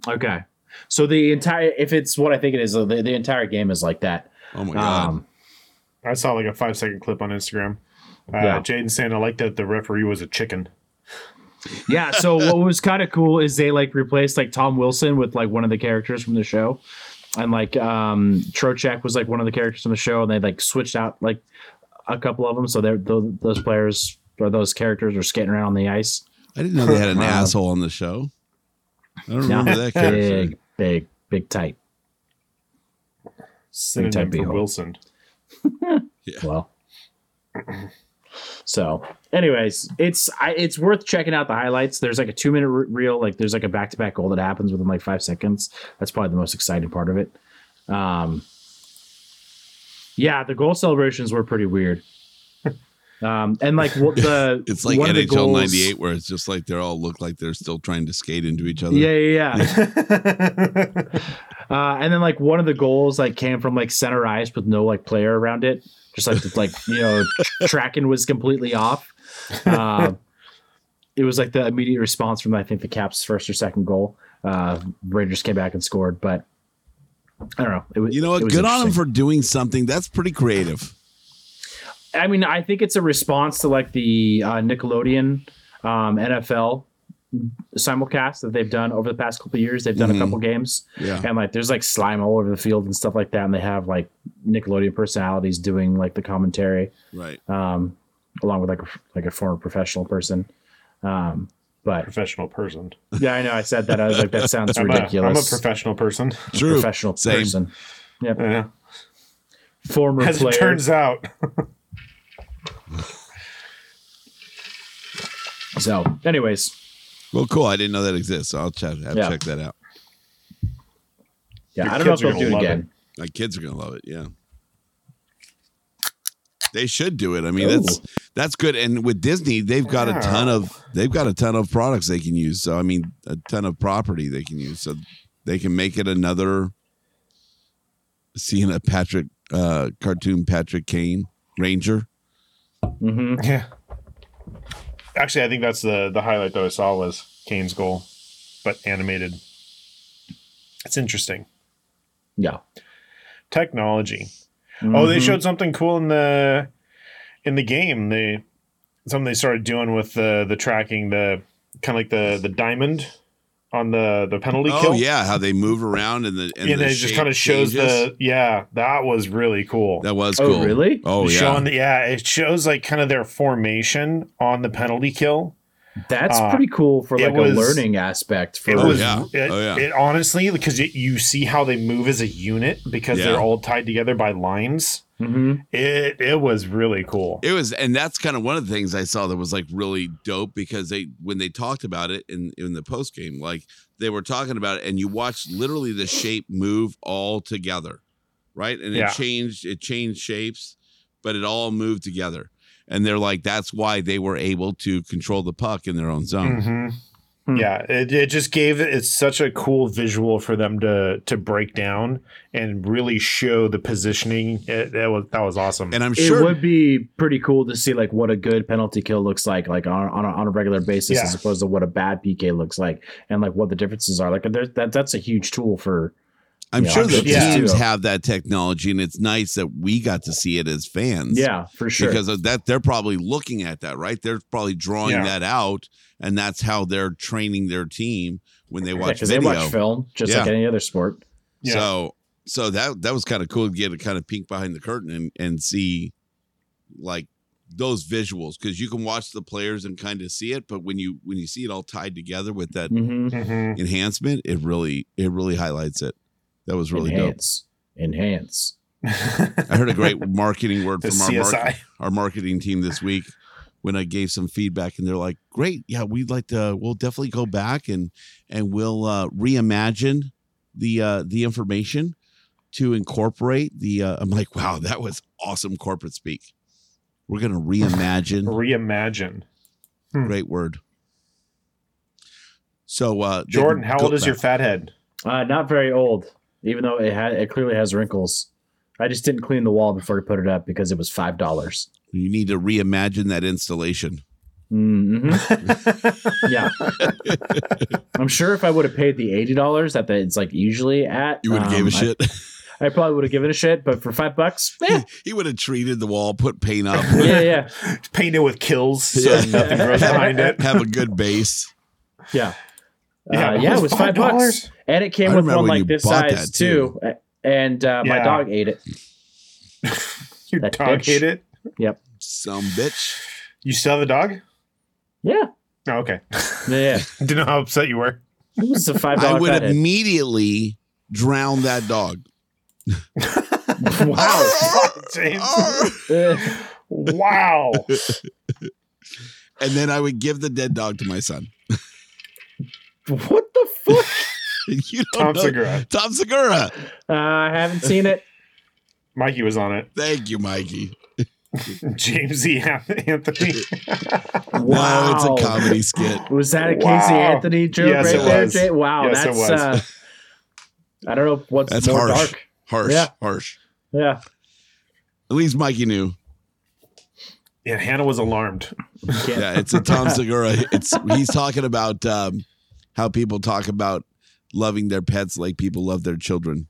Speaker 4: Okay. So the entire if it's what I think it is, the, the entire game is like that.
Speaker 3: Oh my god!
Speaker 4: Um,
Speaker 2: I saw like a five second clip on Instagram. Uh,
Speaker 4: Yeah.
Speaker 2: Jaden saying I like that the referee was a chicken.
Speaker 4: yeah so what was kind of cool is they like replaced like tom wilson with like one of the characters from the show and like um trocek was like one of the characters from the show and they like switched out like a couple of them so they're those, those players or those characters are skating around on the ice
Speaker 3: I didn't know they had an
Speaker 4: um,
Speaker 3: asshole on the show. I don't
Speaker 4: Yeah.
Speaker 3: remember that character.
Speaker 4: big big big tight
Speaker 2: Synonym
Speaker 4: type
Speaker 2: for
Speaker 4: beehole.
Speaker 2: Wilson.
Speaker 4: well so anyways it's I, it's worth checking out the highlights there's like a two minute re- reel like there's like a back-to-back goal that happens within like five seconds that's probably the most exciting part of it um yeah the goal celebrations were pretty weird um and like what the
Speaker 3: It's like
Speaker 4: one of the
Speaker 3: NHL
Speaker 4: goals-
Speaker 3: '98, where it's just like they're all look like they're still trying to skate into each other.
Speaker 4: yeah yeah yeah Uh, and then like one of the goals like came from like center ice with no like player around it, just like the, like you know tracking was completely off. Uh, it was like the immediate response from I think the Caps' first or second goal. Uh, Rangers came back and scored, but I don't know. It was
Speaker 3: You know
Speaker 4: it
Speaker 3: what?
Speaker 4: was
Speaker 3: Good on them
Speaker 4: interesting.
Speaker 3: for doing something. That's pretty creative.
Speaker 4: I mean, I think it's a response to like the uh, Nickelodeon um, NFL simulcast that they've done over the past couple of years. They've done
Speaker 3: Mhm.
Speaker 4: a couple games.
Speaker 3: Yeah.
Speaker 4: and like there's like slime all over the field and stuff like that and they have like nickelodeon personalities doing like the commentary
Speaker 3: Right.
Speaker 4: um along with like a, like a former professional person um but
Speaker 2: professional person.
Speaker 4: yeah i know i said that i was like that sounds
Speaker 2: I'm a, I'm a
Speaker 4: ridiculous
Speaker 2: professional person.
Speaker 3: True.
Speaker 4: professional
Speaker 3: Same.
Speaker 4: person
Speaker 2: Yeah.
Speaker 4: former
Speaker 2: As
Speaker 4: player
Speaker 2: it turns out,
Speaker 4: so anyways
Speaker 3: Well, cool. I didn't know that exists. So I'll check. I'll
Speaker 4: Yeah.
Speaker 3: check that out.
Speaker 4: yeah
Speaker 2: Your
Speaker 4: i don't know if
Speaker 2: kids are
Speaker 4: they'll do
Speaker 2: gonna
Speaker 4: it
Speaker 2: love
Speaker 4: again
Speaker 3: My kids are gonna love it. Yeah. They should do it. I
Speaker 4: Oh.
Speaker 3: mean, that's that's good. And with Disney, they've got a ton of they've got a ton of products they can use. So I mean, a ton of property they can use. So they can make it another seeing a Patrick uh cartoon Patrick Kane Ranger.
Speaker 4: Mm-hmm.
Speaker 2: Yeah. Actually, I think that's the the highlight that I saw was Kane's goal, but animated. It's interesting.
Speaker 4: Yeah.
Speaker 2: Technology. Oh, they
Speaker 3: Mm-hmm.
Speaker 4: Mhm.
Speaker 2: showed something cool in the in the game. They something they started doing with the the tracking the kind of like the the diamond on the the penalty
Speaker 3: Oh
Speaker 2: kill.
Speaker 3: yeah, how they move around and the and,
Speaker 2: And,
Speaker 3: the
Speaker 2: it just
Speaker 3: shape
Speaker 2: kind of shows the
Speaker 3: changes.
Speaker 2: yeah, that was really cool.
Speaker 3: that was
Speaker 4: Oh,
Speaker 3: cool.
Speaker 4: really?
Speaker 3: Oh yeah.
Speaker 2: Showing the, yeah, it shows like kind of their formation on the penalty kill.
Speaker 4: That's
Speaker 2: Uh,
Speaker 4: pretty cool for
Speaker 2: it
Speaker 4: like
Speaker 2: was-
Speaker 4: a learning aspect for
Speaker 2: It
Speaker 3: Oh,
Speaker 2: was
Speaker 3: yeah.
Speaker 2: It,
Speaker 3: Oh, yeah.
Speaker 2: it honestly because it, you see how they move as a unit because
Speaker 3: Yeah.
Speaker 2: they're all tied together by lines.
Speaker 4: Mhm.
Speaker 2: It it was really cool.
Speaker 3: It was, and that's kind of one of the things I saw that was like really dope because they when they talked about it in in the post game, like they were talking about it, and you watched literally the shape move all together, right? And
Speaker 2: Yeah.
Speaker 3: it changed, it changed shapes, but it all moved together. And they're like, that's why they were able to control the puck in their own zone.
Speaker 2: hmm
Speaker 4: Hmm.
Speaker 2: Yeah, it, it just gave it's such a cool visual for them to to break down and really show the positioning. It, that was that was awesome.
Speaker 3: And I'm
Speaker 4: It
Speaker 3: sure
Speaker 4: would be pretty cool to see like what a good penalty kill looks like, like on on a, on a regular basis,
Speaker 2: Yeah.
Speaker 4: as opposed to what a bad PK looks like, and like what the differences are. Like there's that that's a huge tool for
Speaker 3: I'm
Speaker 4: Yeah,
Speaker 3: sure
Speaker 4: I'm
Speaker 3: the
Speaker 4: sure
Speaker 2: they do.
Speaker 3: teams have that technology, and it's nice that we got to see it as fans.
Speaker 4: yeah for sure.
Speaker 3: because of that they're probably looking at that right they're probably drawing
Speaker 2: Yeah.
Speaker 3: that out and that's how they're training their team when they
Speaker 4: Yeah,
Speaker 3: watch
Speaker 4: 'cause they
Speaker 3: video
Speaker 4: watch film just like
Speaker 3: Yeah.
Speaker 4: any other sport.
Speaker 2: Yeah.
Speaker 3: so so that that was kind of cool to get a kind of peek behind the curtain and and see like those visuals because you can watch the players and kind of see it but when you when you see it all tied together with that
Speaker 4: Mm-hmm.
Speaker 2: Mhm.
Speaker 3: enhancement it really it really highlights it that was really
Speaker 4: Enhance, enhance.
Speaker 3: dope i heard a great marketing word
Speaker 2: the
Speaker 3: from our
Speaker 2: CSI.
Speaker 3: market our marketing team this week when I gave some feedback and they're like, "Great, yeah, we'd like to. We'll definitely go back and and we'll uh, reimagine the uh, the information to incorporate the." Uh, I'm like, "Wow, that was awesome corporate speak. We're gonna reimagine.
Speaker 2: Reimagine.
Speaker 3: Great word." So, uh, they
Speaker 2: Jordan,
Speaker 3: can
Speaker 2: how
Speaker 3: go
Speaker 2: old is your
Speaker 3: back.
Speaker 2: fat head?
Speaker 4: Uh, not very old, even though it had it clearly has wrinkles. I just didn't clean the wall before I put it up because it was five dollars.
Speaker 3: You need to reimagine that installation.
Speaker 4: hmm yeah, I'm sure if I would have paid the eighty dollars that the- it's like usually at,
Speaker 3: You would have gave a
Speaker 4: um,
Speaker 3: shit.
Speaker 4: I, I probably would have given a shit, but for five bucks, eh,
Speaker 3: he would have treated the wall, put paint up,
Speaker 4: yeah, yeah,
Speaker 2: Paint it with kills so
Speaker 3: Yeah.
Speaker 2: nothing grows behind it.
Speaker 4: Uh,
Speaker 3: have a good base.
Speaker 4: yeah.
Speaker 2: Yeah,
Speaker 4: Yeah, uh,
Speaker 2: it
Speaker 4: yeah,
Speaker 2: was
Speaker 4: it was five
Speaker 2: $5.
Speaker 4: bucks, and it came
Speaker 3: I
Speaker 4: with
Speaker 3: remember
Speaker 4: one
Speaker 3: when you
Speaker 4: like this
Speaker 3: bought
Speaker 4: size
Speaker 3: that,
Speaker 4: too. And uh, my
Speaker 2: Yeah.
Speaker 4: dog ate it.
Speaker 2: Your
Speaker 4: That
Speaker 2: dog
Speaker 4: bitch.
Speaker 2: ate it.
Speaker 3: Some bitch.
Speaker 2: You still have a dog?
Speaker 4: Yeah,
Speaker 2: Oh, okay.
Speaker 4: yeah, yeah.
Speaker 2: Didn't know how upset you were.
Speaker 4: it was a five
Speaker 3: I
Speaker 4: dollar.
Speaker 3: would immediately drown that dog.
Speaker 2: Wow.
Speaker 3: Oh.
Speaker 2: James. wow.
Speaker 3: and then I would give the dead dog to my son.
Speaker 4: What the fuck?
Speaker 3: you don't
Speaker 2: Tom
Speaker 3: know-
Speaker 2: Segura.
Speaker 3: Tom Segura.
Speaker 4: Uh, I haven't seen it.
Speaker 2: Mikey was on it.
Speaker 3: Thank you, Mikey.
Speaker 2: James E. Anthony.
Speaker 3: No, it's a comedy skit.
Speaker 4: Was that a Casey
Speaker 2: Wow.
Speaker 4: Anthony joke
Speaker 2: Yes,
Speaker 4: right
Speaker 2: it
Speaker 4: there,
Speaker 2: was.
Speaker 4: Jay? Wow,
Speaker 2: Yes, it
Speaker 4: that's
Speaker 2: was.
Speaker 4: uh I don't know what's
Speaker 3: That's
Speaker 4: more
Speaker 3: harsh.
Speaker 4: dark.
Speaker 3: Harsh,
Speaker 4: Yeah.
Speaker 3: harsh.
Speaker 4: Yeah.
Speaker 3: At least Mikey knew.
Speaker 2: Yeah, Hannah was alarmed.
Speaker 4: Yeah.
Speaker 3: Yeah, it's a Tom Segura. It's he's talking about um, how people talk about loving their pets like people love their children.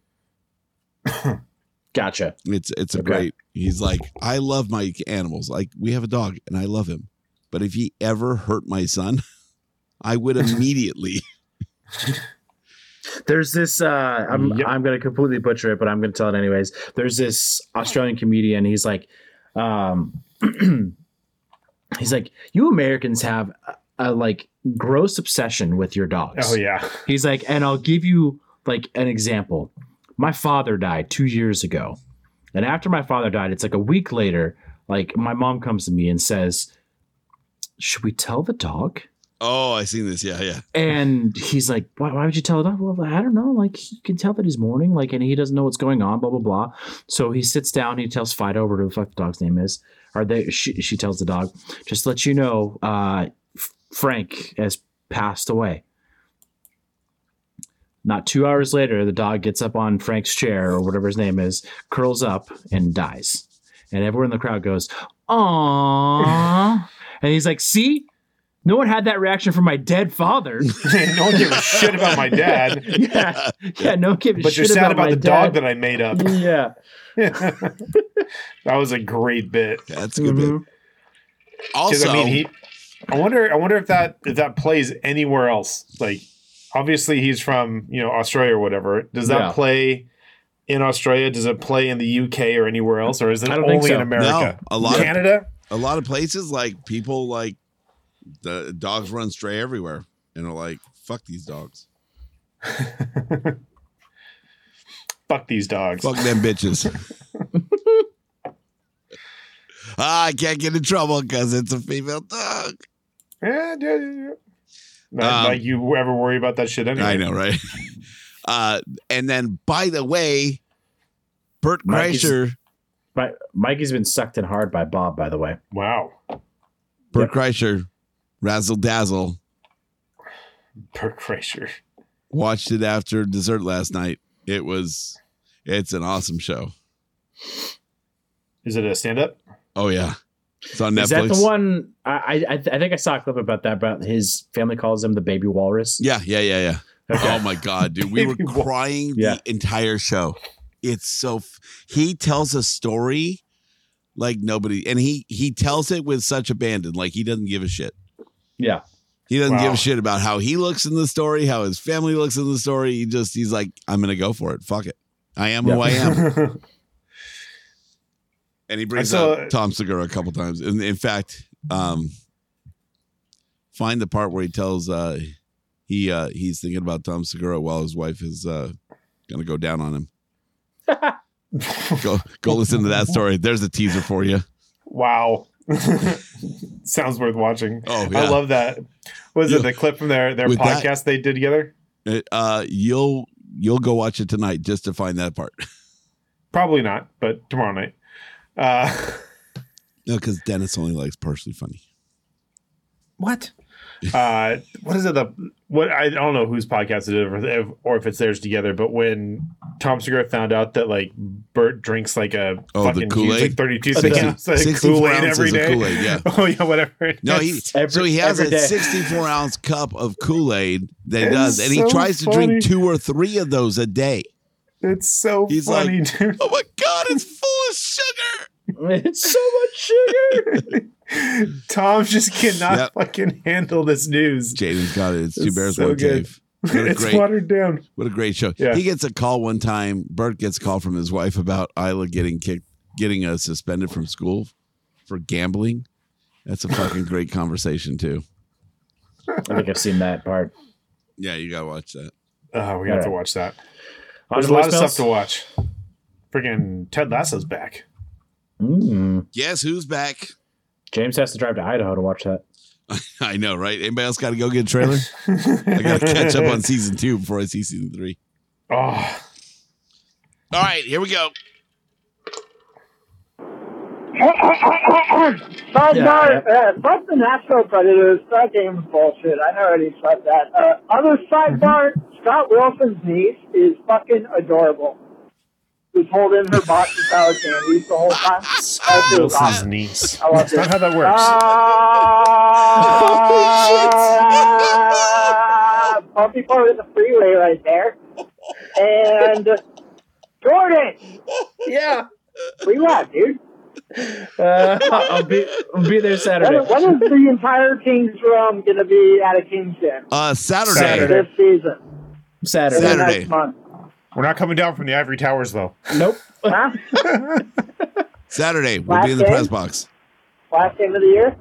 Speaker 4: Gotcha.
Speaker 3: It's it's a
Speaker 4: Okay.
Speaker 3: great. He's like, I love my animals. Like we have a dog, and I love him. But if he ever hurt my son, I would immediately.
Speaker 4: There's this uh I'm
Speaker 2: Yep.
Speaker 4: I'm gonna completely butcher it, but I'm gonna tell it anyways. There's this Australian comedian, he's like, um he's like, you Americans have a, a like gross obsession with your dogs.
Speaker 2: Oh, yeah.
Speaker 4: He's like, and I'll give you like an example. My father died two years ago. And after my father died, it's like a week later, like my mom comes to me and says, Should we tell the dog?
Speaker 3: Oh, I seen this. Yeah, yeah.
Speaker 4: And he's like, why, why would you tell it off? Well, I don't know. Like, you can tell that he's mourning, like, and he doesn't know what's going on, blah, blah, blah. So he sits down, he tells Fido, whatever the fuck the dog's name is, or they, she, she tells the dog, just to let you know, uh, F- Frank has passed away. Not two hours later, the dog gets up on Frank's chair or whatever his name is, curls up, and dies. And everyone in the crowd goes, Aww. and he's like, See? No one had that reaction from my dead father.
Speaker 2: no one gave a shit about my dad,
Speaker 4: yeah. yeah, no one gave a
Speaker 2: but you're
Speaker 4: shit
Speaker 2: sad about,
Speaker 4: my
Speaker 2: the dog
Speaker 4: dad.
Speaker 2: that I made up.
Speaker 4: yeah.
Speaker 2: that was a great bit.
Speaker 3: Yeah, that's a good bit.
Speaker 4: Mhm.
Speaker 3: Also,
Speaker 2: I mean, he. I wonder. I wonder if that if that plays anywhere else. Like, obviously, he's from you know Australia or whatever. Does that
Speaker 4: Yeah.
Speaker 2: play in Australia? Does it play in the UK or anywhere else, or is it
Speaker 4: I don't think
Speaker 2: only in
Speaker 4: so.
Speaker 2: America?
Speaker 3: No, a lot of-
Speaker 2: Canada.
Speaker 3: a lot of places like people like the dogs run stray everywhere and are like, fuck these dogs.
Speaker 2: Fuck these dogs.
Speaker 3: Fuck them bitches. Ah, I can't get in trouble because it's a female dog.
Speaker 2: Yeah, yeah, yeah, yeah. Not
Speaker 3: Um,
Speaker 2: like you ever worry about that shit anyway.
Speaker 3: I know, right? Uh, and then, by the way, Bert
Speaker 4: Mike is-
Speaker 3: Kreischer,
Speaker 4: But Mikey's been sucked in hard by Bob, by the way.
Speaker 2: Wow.
Speaker 3: Bert Kreischer, Razzle Dazzle,
Speaker 2: Bert Kreischer.
Speaker 3: watched it after dessert last night. It was, it's an awesome show.
Speaker 2: Is it a stand up?
Speaker 3: Oh yeah, it's on Netflix.
Speaker 4: Is that the one? I I, I think I saw a clip about that. About his family calls him the baby walrus.
Speaker 3: Yeah, yeah, yeah, yeah.
Speaker 4: Okay.
Speaker 3: Oh my god, dude, we were
Speaker 2: Baby walk.
Speaker 3: crying
Speaker 4: Yeah.
Speaker 3: the entire show. It's so f- he tells a story like nobody, and he he tells it with such abandon, like he doesn't give a shit.
Speaker 4: Yeah.
Speaker 3: He doesn't give
Speaker 2: Wow.
Speaker 3: a shit about how he looks in the story, how his family looks in the story. He just he's like, I'm gonna go for it. Fuck it. I am who
Speaker 4: Yeah.
Speaker 3: I am.
Speaker 2: am.
Speaker 3: And he brings
Speaker 2: saw-
Speaker 3: up Tom Segura a couple times. And in fact, um, find the part where he tells uh, he uh, he's thinking about Tom Segura while his wife is uh, gonna go down on him. Go go listen to that story. There's a teaser for you.
Speaker 2: wow. Sounds worth watching.
Speaker 3: Oh yeah,
Speaker 2: I love that. Was
Speaker 3: Yeah.
Speaker 2: it the clip from their their
Speaker 3: With that-
Speaker 2: podcast they did together?
Speaker 3: It, uh, you'll you'll go watch it tonight just to find that part.
Speaker 2: Probably not, but tomorrow night. Uh,
Speaker 3: No, because Dennis only likes partially funny.
Speaker 2: what? uh, what is it? The what? I don't know whose podcast it is, or if, or if it's theirs together. But when Tom Segura found out that like Bert drinks like a
Speaker 3: Oh, the
Speaker 2: fucking
Speaker 3: Kool-Aid?
Speaker 2: huge, like thirty two
Speaker 4: Sixty-
Speaker 2: ounces of
Speaker 3: 64
Speaker 2: Kool Aid
Speaker 3: ounces
Speaker 2: every
Speaker 3: of
Speaker 2: day.
Speaker 3: Kool-Aid, yeah.
Speaker 2: oh yeah, whatever. it
Speaker 3: No,
Speaker 2: is.
Speaker 3: he
Speaker 4: Every-
Speaker 3: so he has
Speaker 4: every
Speaker 3: a
Speaker 4: day.
Speaker 3: 64 ounce cup of Kool Aid that he
Speaker 2: It's
Speaker 3: does, and
Speaker 2: so
Speaker 3: he tries to
Speaker 2: funny.
Speaker 3: drink two or three of those a day.
Speaker 2: it's so
Speaker 3: He's
Speaker 2: funny, dude.
Speaker 3: Oh my god, it's full of sugar.
Speaker 4: it's so much sugar.
Speaker 2: Tom just cannot
Speaker 3: Yep.
Speaker 2: fucking handle this news.
Speaker 3: Jaden's got it. It's two
Speaker 2: It's
Speaker 3: bears,
Speaker 2: so
Speaker 3: one
Speaker 2: good.
Speaker 3: cave. What a
Speaker 2: it's
Speaker 3: great,
Speaker 2: watered down.
Speaker 3: what a great show.
Speaker 2: Yeah.
Speaker 3: He gets a call one time. Bert gets a call from his wife about Isla getting kicked, getting uh, suspended from school for gambling. That's a fucking great conversation too.
Speaker 4: I think I've seen that part.
Speaker 3: Yeah, you gotta watch that.
Speaker 2: Oh, we have to
Speaker 4: Alright.
Speaker 2: watch that.
Speaker 4: On
Speaker 2: There's a lot of
Speaker 4: voicemails?
Speaker 2: stuff to watch. Freaking Ted Lasso's back.
Speaker 4: Mm.
Speaker 3: Guess who's back?
Speaker 4: James has to drive to Idaho to watch that.
Speaker 3: I know, right? Anybody else got to go get a trailer? I gotta catch up on season two before I see season three.
Speaker 2: Oh,
Speaker 3: All right, here we go.
Speaker 5: Oh, I
Speaker 4: Yeah,
Speaker 5: know.
Speaker 4: yeah.
Speaker 5: Uh, fuck the national predators. That game is bullshit. I already said that. Uh, other sidebar, Scott Wilson's niece is fucking adorable. Who's holding her box of sour candies the whole time. That's really
Speaker 2: Wilson's
Speaker 5: awesome.
Speaker 2: niece.
Speaker 5: I love
Speaker 2: That's not
Speaker 5: it.
Speaker 2: how that works.
Speaker 5: Ah, Bumpy part of the freeway right there. And uh, Jordan,
Speaker 4: Yeah.
Speaker 5: we left, dude.
Speaker 4: Uh, I'll be I'll be there Saturday.
Speaker 5: When, when is the entire Kings room going to be out of Kingston?
Speaker 3: Uh, Saturday.
Speaker 4: Saturday.
Speaker 5: this season.
Speaker 4: Saturday.
Speaker 5: in the
Speaker 3: Saturday.
Speaker 5: Next month.
Speaker 2: We're not coming down from the ivory towers though.
Speaker 4: Nope.
Speaker 5: Huh?
Speaker 3: Saturday, we'll be in the
Speaker 5: Last
Speaker 3: press
Speaker 5: day?
Speaker 3: box.
Speaker 5: Last game of the year?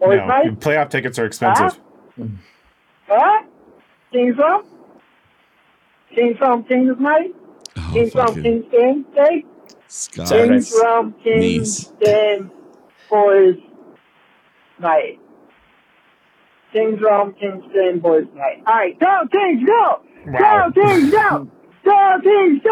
Speaker 5: Boys
Speaker 2: No,
Speaker 5: night?
Speaker 2: playoff tickets are expensive.
Speaker 5: Huh? Kings up? Kings from Kings night?
Speaker 3: Oh,
Speaker 5: Kings from
Speaker 3: fucking
Speaker 5: Kings game day?
Speaker 3: Scott.
Speaker 4: Saturday.
Speaker 5: Kings from Kings
Speaker 3: Nice.
Speaker 5: game boys night. Kings Realm, Kings Game, Boys Night. All right, go Kings, go!
Speaker 2: Wow.
Speaker 5: Go Kings, go! Go Kings,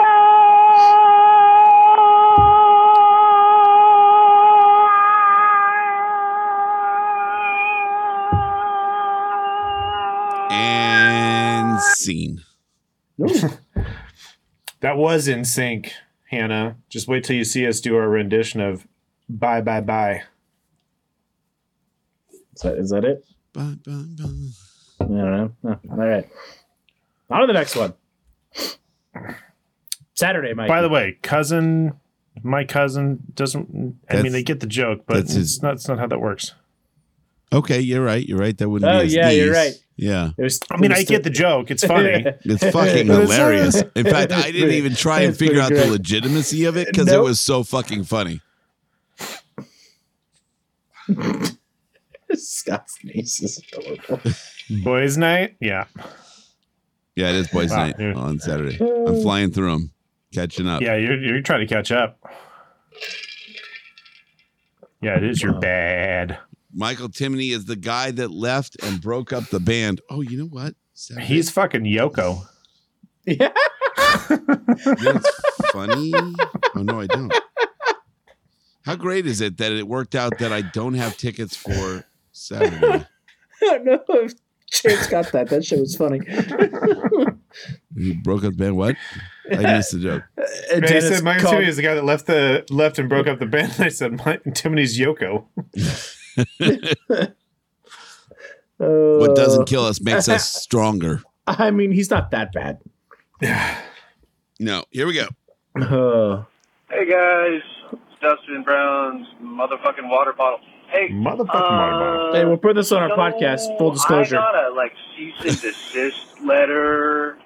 Speaker 5: go!
Speaker 3: And scene.
Speaker 2: That was in sync, Hannah. Just wait till you see us do our rendition of Bye Bye Bye.
Speaker 4: Is that, is that it?
Speaker 3: Bye, bye, bye.
Speaker 4: I don't know. Oh, all right. On to the next one. Saturday, Mike.
Speaker 2: By the way, cousin, my cousin doesn't. I mean,
Speaker 3: That's-
Speaker 2: they get the joke, but
Speaker 3: that's his-
Speaker 2: it's not. It's not how that works.
Speaker 3: Okay, you're right. You're right. That wouldn't
Speaker 4: Oh,
Speaker 3: be his
Speaker 4: yeah, you're
Speaker 3: niece.
Speaker 4: right.
Speaker 3: Yeah.
Speaker 4: it was,
Speaker 2: I mean, I get the joke. It's funny.
Speaker 3: It's fucking
Speaker 2: That's-
Speaker 3: hilarious. In fact, I didn't
Speaker 4: pretty-
Speaker 3: even try and
Speaker 4: that's pretty
Speaker 3: figure out the
Speaker 4: great.
Speaker 3: legitimacy of it because it
Speaker 4: Nope.
Speaker 3: was so fucking funny.
Speaker 4: Scott's niece is adorable.
Speaker 2: Boys' night. Yeah,
Speaker 3: Yeah, it is Boys
Speaker 2: Wow,
Speaker 3: Night
Speaker 2: dude.
Speaker 3: on Saturday. I'm flying through them, catching up.
Speaker 2: yeah. You're you're trying to catch up. Yeah, it is. You're
Speaker 3: Oh.
Speaker 2: bad.
Speaker 3: Michael Timoney is the guy that left and broke up the band. Oh, you know what? Saturday-
Speaker 2: He's fucking Yoko.
Speaker 4: Yeah.
Speaker 3: You know what's funny. Oh no, I don't. How great is it that it worked out that I don't have tickets for Saturday?
Speaker 4: I don't know if Chance got that. That shit was funny.
Speaker 3: You broke up the band. What? I missed the joke.
Speaker 4: And
Speaker 2: Yeah, he said Mike
Speaker 4: called-
Speaker 2: Timoney is the guy that left the left and broke up the band. I said Mike Timoney's Yoko.
Speaker 4: Uh,
Speaker 3: What doesn't kill us makes us stronger.
Speaker 4: I mean, he's not that bad.
Speaker 3: No, here we go.
Speaker 4: Uh,
Speaker 6: Hey guys, it's Dustin Brown's motherfucking water bottle. Hey,
Speaker 2: Motherfucking
Speaker 6: uh,
Speaker 4: hey, we'll put this on our
Speaker 6: so
Speaker 4: podcast. Full disclosure.
Speaker 6: I got a like cease and desist letter,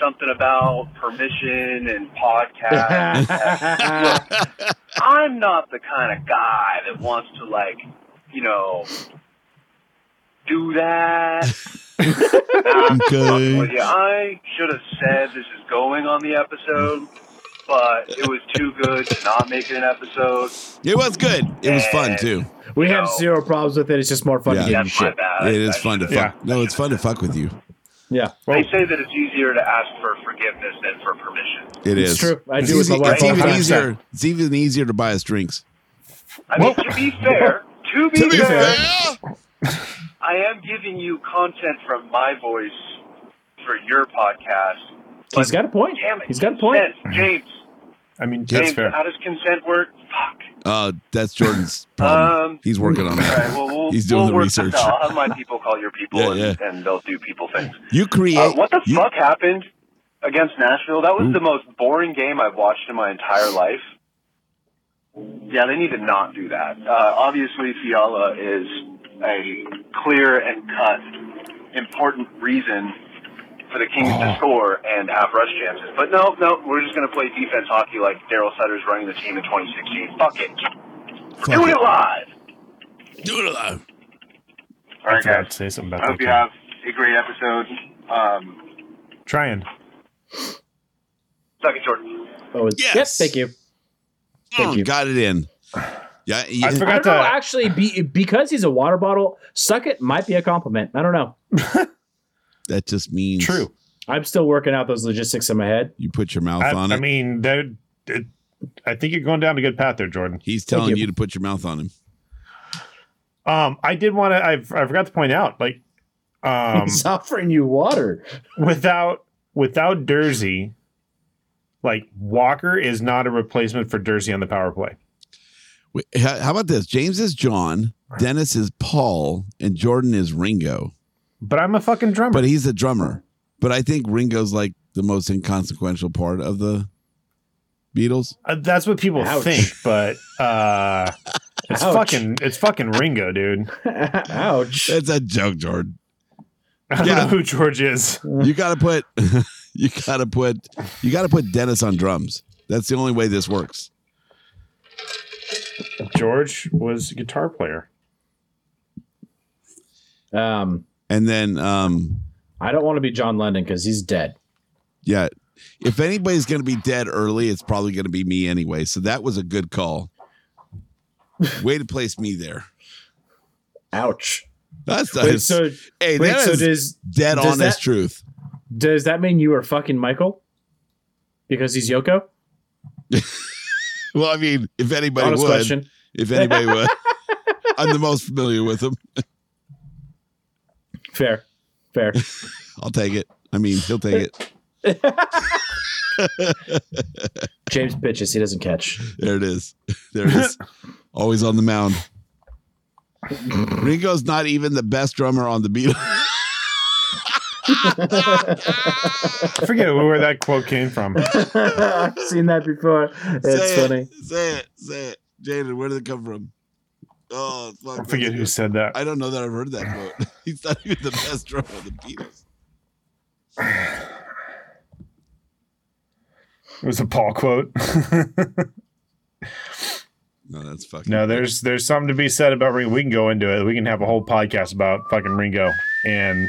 Speaker 6: something about permission and podcast. I'm not the kind of guy that wants to like, you know, do that.
Speaker 3: Okay.
Speaker 6: Well, yeah, I should have said this is going on the episode, but it was too good to not make it an episode.
Speaker 3: It was good. It was fun too.
Speaker 4: we have
Speaker 6: No.
Speaker 4: zero problems with it. It's just more fun
Speaker 3: Yeah.
Speaker 4: to give you
Speaker 6: That's my
Speaker 4: shit.
Speaker 6: bad.
Speaker 3: It
Speaker 6: I-
Speaker 3: is
Speaker 6: I
Speaker 3: fun to
Speaker 6: should've-
Speaker 3: fuck. No, it's fun to fuck with you.
Speaker 4: Yeah,
Speaker 6: They say that it's easier to ask for forgiveness than for permission.
Speaker 3: It
Speaker 4: it's
Speaker 3: is.
Speaker 4: true. I
Speaker 3: It's,
Speaker 4: do with my
Speaker 3: easy-
Speaker 4: wife
Speaker 3: it's
Speaker 4: all the
Speaker 3: even
Speaker 4: time.
Speaker 3: easier. It's even easier to buy us drinks.
Speaker 6: I mean, to be fair, to be, fair, I am giving you content from my voice for your podcast. But
Speaker 4: He's got a point.
Speaker 6: Damn it,
Speaker 4: He's got a point.
Speaker 6: consent. James,
Speaker 2: I mean, that's
Speaker 6: James,
Speaker 2: fair.
Speaker 6: how does consent work? Fuck.
Speaker 3: Uh, that's Jordan's problem.
Speaker 6: Um,
Speaker 3: He's working on
Speaker 6: All right,
Speaker 3: that.
Speaker 6: well, we'll,
Speaker 3: He's doing
Speaker 6: we'll
Speaker 3: the
Speaker 6: work
Speaker 3: research.
Speaker 6: this out. I'll have my people call your people,
Speaker 3: Yeah,
Speaker 6: and, and they'll do people things.
Speaker 3: You create.
Speaker 6: Uh, what the
Speaker 3: you- Hmm?
Speaker 6: fuck happened against Nashville? That was the most boring game I've watched in my entire life. Yeah, they need to not do that. Uh, obviously, Fiala is a clear and cut important reason for the Kings
Speaker 3: Oh.
Speaker 6: to score and have rush chances. But no, no, we're just going to play defense hockey like Daryl Sutter's running the team in 2016. Fuck it.
Speaker 3: Fuck
Speaker 6: Do
Speaker 3: it.
Speaker 6: it live.
Speaker 3: Do it alive.
Speaker 6: All right,
Speaker 2: I forgot
Speaker 6: guys.
Speaker 2: to say something
Speaker 6: I
Speaker 2: about
Speaker 6: hope
Speaker 2: that.
Speaker 6: you have a great episode. Um,
Speaker 2: Trying.
Speaker 6: suck it, Jordan.
Speaker 4: Oh, it's-
Speaker 3: Yes.
Speaker 4: yes. thank you. Thank
Speaker 3: Oh,
Speaker 4: you.
Speaker 3: Got it in. Yeah. yeah.
Speaker 2: I
Speaker 4: I
Speaker 2: forgot
Speaker 4: don't
Speaker 2: to.
Speaker 4: know. Actually, be, because he's a water bottle, suck it might be a compliment. I don't know.
Speaker 3: that just means
Speaker 2: True.
Speaker 4: I'm still working out those logistics in my head.
Speaker 3: You put your mouth
Speaker 2: I,
Speaker 3: on
Speaker 2: I
Speaker 3: it.
Speaker 2: mean, that. it- I think you're going down a good path there, Jordan.
Speaker 3: He's telling
Speaker 4: you.
Speaker 3: you to put your mouth on him.
Speaker 2: Um, I did want to. I I forgot to point out, like, um,
Speaker 4: he's offering you water.
Speaker 2: without without Dersey, like Walker is not a replacement for Dersey on the power play.
Speaker 3: Wait, How how about this? James is John, Dennis is Paul, and Jordan is Ringo.
Speaker 2: But I'm a fucking drummer.
Speaker 3: But he's a drummer. But I think Ringo's like the most inconsequential part of the Beatles.
Speaker 2: Uh, that's what people
Speaker 4: Ouch.
Speaker 2: think, but uh, it's
Speaker 4: Ouch.
Speaker 2: fucking it's fucking Ringo, dude.
Speaker 4: Ouch.
Speaker 3: That's a joke, Jordan.
Speaker 2: I don't
Speaker 3: Yeah.
Speaker 2: know who George is.
Speaker 3: You gotta put you gotta put you gotta put Dennis on drums. That's the only way this works.
Speaker 2: George was a guitar player.
Speaker 4: Um,
Speaker 3: And then um
Speaker 4: I don't want to be John Lennon because he's dead.
Speaker 3: yeah. If anybody's gonna be dead early, it's probably gonna be me anyway. So that was a good call. Way to place me there.
Speaker 4: Ouch.
Speaker 3: That's
Speaker 4: Wait,
Speaker 3: nice.
Speaker 4: so,
Speaker 3: hey,
Speaker 4: wait,
Speaker 3: that
Speaker 4: so
Speaker 3: is
Speaker 4: does
Speaker 3: dead
Speaker 4: does
Speaker 3: honest
Speaker 4: that-
Speaker 3: truth.
Speaker 4: does that mean you are fucking Michael? Because he's Yoko.
Speaker 3: Well, I mean, if anybody
Speaker 4: Honest
Speaker 3: would,
Speaker 4: question.
Speaker 3: if anybody would, I'm the most familiar with him.
Speaker 4: Fair, fair.
Speaker 3: I'll take it. I mean, he'll take it.
Speaker 4: James pitches. He doesn't catch.
Speaker 3: There it is. There it is. Always on the mound. Ringo's not even the best drummer on the Beatles.
Speaker 2: I forget where that quote came from.
Speaker 4: I've seen that before. It's
Speaker 3: say
Speaker 4: funny.
Speaker 3: It, say it. Say it. Jaden, where did it come from? Oh, fuck.
Speaker 2: I forget who said that.
Speaker 3: I don't know that I've heard that quote. He's not even the best drummer on the Beatles.
Speaker 2: It was a Paul quote.
Speaker 3: No, that's fucking.
Speaker 2: no, there's there's something to be said about Ringo. We can go into it. We can have a whole podcast about fucking Ringo and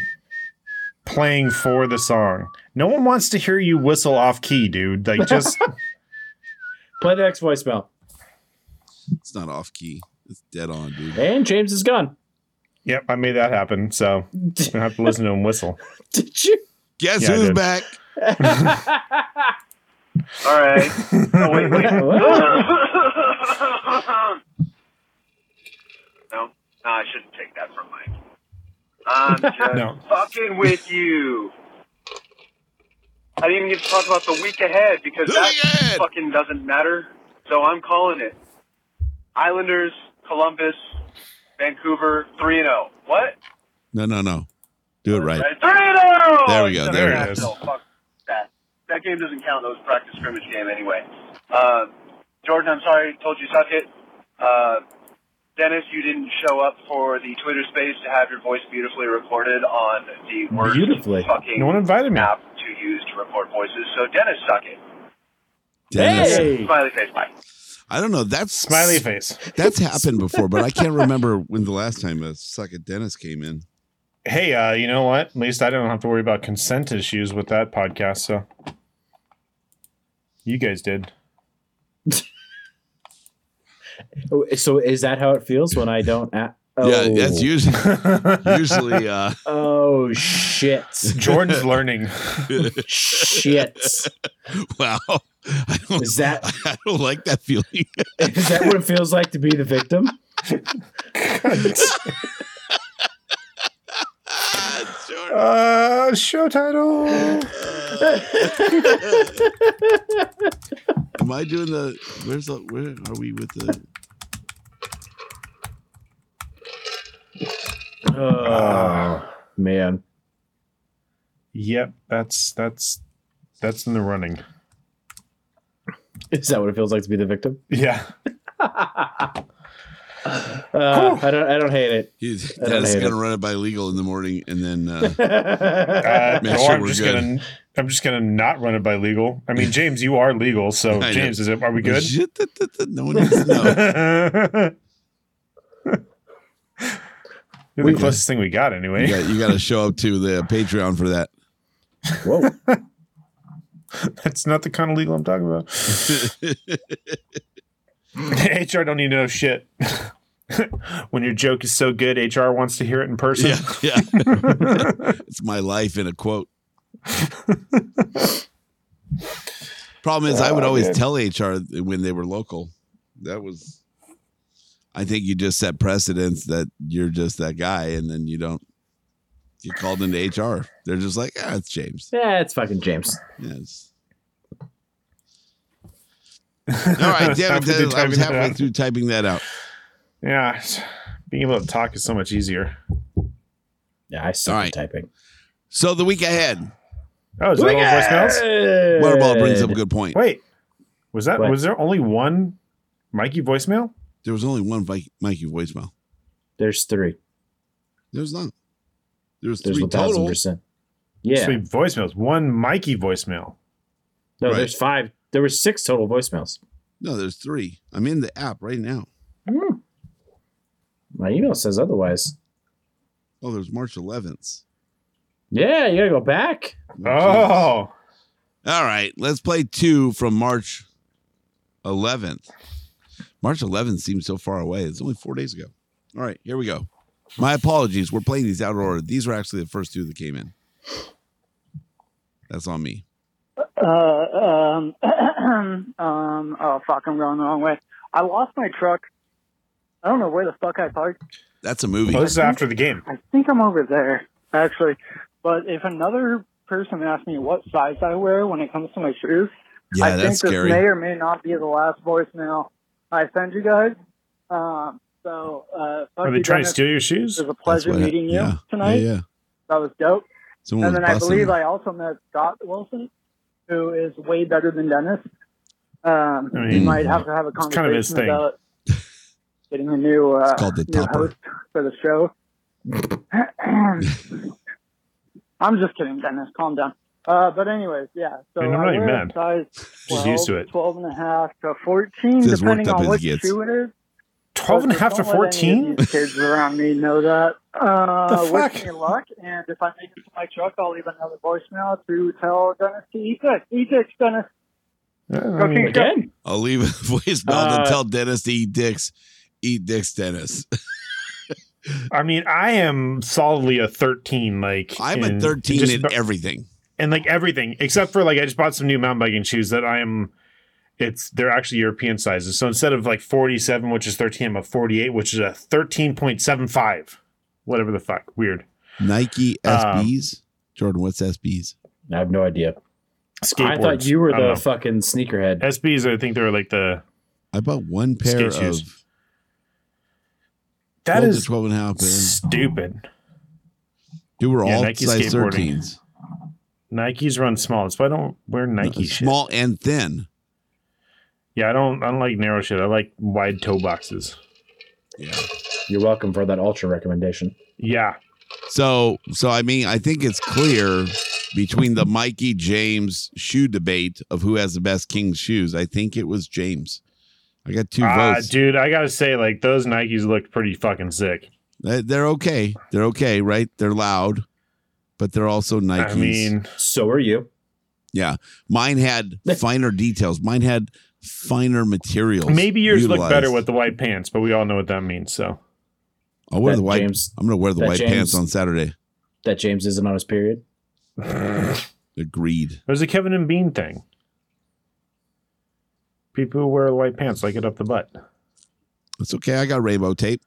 Speaker 2: playing for the song. No one wants to hear you whistle off key, dude. Like just
Speaker 4: Play the next voicemail.
Speaker 3: It's not off key. It's dead on, dude.
Speaker 4: And James is gone.
Speaker 2: Yep, I made that happen. So I have to listen to him whistle.
Speaker 4: Did you?
Speaker 3: Guess
Speaker 2: Yeah, I
Speaker 3: who's
Speaker 2: did.
Speaker 3: back?
Speaker 6: All right. Oh, wait, wait.
Speaker 4: What?
Speaker 6: no, no, I shouldn't take that from Mike. I'm just
Speaker 2: No.
Speaker 6: fucking with you. I didn't even get to talk about the week ahead because
Speaker 3: The
Speaker 6: that
Speaker 3: week ahead!
Speaker 6: fucking doesn't matter. So I'm calling it. Islanders, Columbus, Vancouver, 3 and 0. What?
Speaker 3: No, no, no. Do it right.
Speaker 6: 3 0!
Speaker 3: There we go, there
Speaker 2: it is.
Speaker 6: Fuck that. That game doesn't count. That was a practice scrimmage game anyway. Uh, Jordan, I'm sorry. Told you suck it. Uh, Dennis, you didn't show up for the Twitter space to have your voice beautifully recorded on the worst
Speaker 4: Beautifully.
Speaker 6: fucking
Speaker 2: No one invited me.
Speaker 6: app to use to record voices. So Dennis, suck it.
Speaker 3: Dennis.
Speaker 4: Hey.
Speaker 6: Smiley face, bye.
Speaker 3: I don't know. That's
Speaker 2: Smiley face.
Speaker 3: That's happened before, but I can't remember when the last time a suck at Dennis came in.
Speaker 2: Hey, uh, you know what? At least I don't have to worry about consent issues with that podcast. So you guys did.
Speaker 4: Oh, So is that how it feels when I don't? a- oh.
Speaker 3: Yeah, that's usually usually uh
Speaker 4: Oh shit!
Speaker 2: Jordan's learning.
Speaker 4: shit!
Speaker 3: wow. I don't
Speaker 4: Is that
Speaker 3: I don't like that feeling.
Speaker 4: is that what it feels like to be the victim?
Speaker 3: sure.
Speaker 2: Uh, show title.
Speaker 3: Am I doing the where's the where are we with the Uh,
Speaker 4: Oh man!
Speaker 2: Yep, that's that's that's in the running.
Speaker 4: Is that what it feels like to be the victim?
Speaker 2: Yeah.
Speaker 4: Uh, I don't. I don't hate it.
Speaker 3: he's
Speaker 4: don't
Speaker 3: Dennis is
Speaker 4: hate
Speaker 3: gonna
Speaker 4: it.
Speaker 3: run it by legal in the morning and then uh
Speaker 2: Uh,
Speaker 3: Make
Speaker 2: or
Speaker 3: sure
Speaker 2: I'm
Speaker 3: we're
Speaker 2: just
Speaker 3: good.
Speaker 2: gonna I'm just gonna not run it by legal. I mean, James, you are legal. So
Speaker 3: I know.
Speaker 2: James, is it? Are we good?
Speaker 3: no one needs to know.
Speaker 2: You're
Speaker 4: We-
Speaker 2: the closest thing we got,
Speaker 3: You
Speaker 2: anyway.
Speaker 3: got, you got to show up to the Patreon for that.
Speaker 4: Whoa!
Speaker 2: That's not the kind of legal I'm talking about. HR don't need to know shit. when your joke is so good, HR wants to hear it in person.
Speaker 3: Yeah, yeah. it's my life in a quote. Problem is, I would always tell HR when they were local. That was, I think you just set precedence that you're just that guy, and then you don't get called into HR. They're just like, ah, it's James.
Speaker 4: Yeah, it's fucking James.
Speaker 3: Yeah, it's- All right, damn it,
Speaker 2: Halfway through
Speaker 3: Dennis, I was
Speaker 2: typing that
Speaker 3: halfway
Speaker 2: out.
Speaker 3: through typing that out.
Speaker 2: Yeah, being able to talk is so much easier.
Speaker 4: Yeah, I suck
Speaker 3: All
Speaker 4: at
Speaker 3: right.
Speaker 4: typing.
Speaker 3: So the week ahead,
Speaker 2: Oh, is that all voicemails?
Speaker 3: Butterball brings up a good point.
Speaker 2: Wait, was that
Speaker 4: What?
Speaker 2: was there only one Mikey voicemail?
Speaker 3: There was only one Mike- Mikey voicemail.
Speaker 4: There's three.
Speaker 3: There's not. There's,
Speaker 4: There's
Speaker 3: three
Speaker 4: one thousand
Speaker 3: total.
Speaker 4: percent. Yeah.
Speaker 2: Three voicemails. One Mikey voicemail.
Speaker 4: No,
Speaker 3: Right.
Speaker 4: there's five. There were six total voicemails.
Speaker 3: No, there's three. I'm in the app right now.
Speaker 4: My email says otherwise.
Speaker 3: Oh, there's March 11th.
Speaker 4: Yeah, you gotta go back.
Speaker 2: Oh,
Speaker 3: All right, let's play two from March 11th. March 11th seems so far away. It's only four days ago. All right, here we go. My apologies. We're playing these out of order. These were actually the first two that came in. That's on me.
Speaker 7: um, um, oh fuck, I'm going the wrong way. I lost my truck. I don't know where the fuck I parked.
Speaker 3: That's a movie.
Speaker 2: Well, oh, this is after the game.
Speaker 7: I think I'm over there, actually. But if another person asks me what size I wear when it comes to my shoes, I
Speaker 3: Yeah,
Speaker 7: think
Speaker 3: that's
Speaker 7: this
Speaker 3: scary.
Speaker 7: may or may not be the last voicemail I send you guys. Um, so, uh, fuck
Speaker 2: Are they
Speaker 7: you,
Speaker 2: trying to
Speaker 7: Dennis.
Speaker 2: steal your
Speaker 7: It
Speaker 2: shoes?
Speaker 7: was a pleasure
Speaker 3: That's what-
Speaker 7: meeting you
Speaker 3: yeah.
Speaker 7: tonight.
Speaker 3: Yeah, yeah.
Speaker 7: That was dope.
Speaker 3: Someone
Speaker 7: and
Speaker 3: was
Speaker 7: then I
Speaker 3: busting
Speaker 7: believe
Speaker 3: them.
Speaker 7: I also met Scott Wilson, who is way better than Dennis. Um,
Speaker 2: I
Speaker 7: we
Speaker 2: mean,
Speaker 7: might have to have a
Speaker 2: it's
Speaker 7: conversation
Speaker 2: kind of his thing.
Speaker 7: about getting a new, uh,
Speaker 3: called the
Speaker 7: new
Speaker 3: topper.
Speaker 7: host for the show. I'm just kidding, Dennis. Calm down. Uh, but anyways, yeah. So
Speaker 2: Man, I'm not
Speaker 7: I
Speaker 2: even
Speaker 7: wear a
Speaker 2: mad.
Speaker 7: size 12,
Speaker 2: Just used to it.
Speaker 7: 12 and a half to 14,
Speaker 3: Just worked
Speaker 7: depending
Speaker 3: up
Speaker 7: on
Speaker 3: as
Speaker 7: what
Speaker 3: he gets.
Speaker 7: shoe it is.
Speaker 2: 12 and a
Speaker 7: But
Speaker 2: half to
Speaker 7: don't let any of
Speaker 2: 14?
Speaker 7: these Kids around me know that. Uh,
Speaker 2: The fuck?
Speaker 7: wish me luck, and if I make it to my truck, I'll leave another voicemail to tell Dennis to eat dick. Eat dick, Dennis.
Speaker 2: I mean,
Speaker 4: Again?
Speaker 3: I'll leave a voicemail
Speaker 4: Uh,
Speaker 3: to tell Dennis to eat dicks. Eat dicks, Dennis.
Speaker 2: I mean, I am solidly a 13. Like
Speaker 3: I'm a
Speaker 2: in-
Speaker 3: 13
Speaker 2: just
Speaker 3: in
Speaker 2: about-
Speaker 3: everything.
Speaker 2: and like everything except for like I just bought some new mountain biking shoes that I am. It's they're actually European sizes. So instead of like 47, which is 13, I'm a 48, which is a 13.75, whatever the fuck. Weird.
Speaker 3: Nike
Speaker 2: Um,
Speaker 3: SBs. Jordan, what's SBs?
Speaker 4: I have no idea.
Speaker 2: Skateboards.
Speaker 4: I thought you were
Speaker 2: I don't
Speaker 4: the
Speaker 2: know.
Speaker 4: fucking sneakerhead.
Speaker 2: SBs. I think they're like the
Speaker 3: I bought one pair
Speaker 2: Skate
Speaker 3: of
Speaker 2: shoes.
Speaker 3: 12
Speaker 2: that
Speaker 3: to
Speaker 2: is
Speaker 3: 12 and a half. Pairs.
Speaker 2: stupid.
Speaker 3: They were
Speaker 2: Yeah,
Speaker 3: all
Speaker 2: Nike
Speaker 3: size
Speaker 2: skateboarding.
Speaker 3: 13s.
Speaker 2: Nikes run small. That's why I don't wear Nike
Speaker 3: No,
Speaker 2: shit.
Speaker 3: small and thin.
Speaker 2: Yeah, I don't. I don't like narrow shit. I like wide toe boxes.
Speaker 3: Yeah.
Speaker 4: You're welcome for that ultra recommendation.
Speaker 2: Yeah,
Speaker 3: So, so I mean, I think it's clear between the Mikey James shoe debate of who has the best King's shoes. I think it was James. I got two
Speaker 2: ah,
Speaker 3: votes.
Speaker 2: dude. I gotta say, like those Nikes look pretty fucking sick.
Speaker 3: They- They're okay. They're okay, right? They're loud, but they're also Nikes.
Speaker 2: I mean,
Speaker 4: So are you.
Speaker 3: yeah. Mine had finer details. Mine had finer materials.
Speaker 2: maybe yours look better
Speaker 3: utilized.
Speaker 2: with the white pants, but we all know what that means. So
Speaker 3: I'll wear
Speaker 4: That
Speaker 3: the white.
Speaker 4: James-
Speaker 3: I'm gonna wear the
Speaker 4: that
Speaker 3: white pants
Speaker 4: James-
Speaker 3: on Saturday.
Speaker 4: That James isn't on his period.
Speaker 3: Agreed.
Speaker 2: there's a Kevin and Bean thing. People who wear white pants like it up the butt.
Speaker 3: It's okay. I got rainbow tape.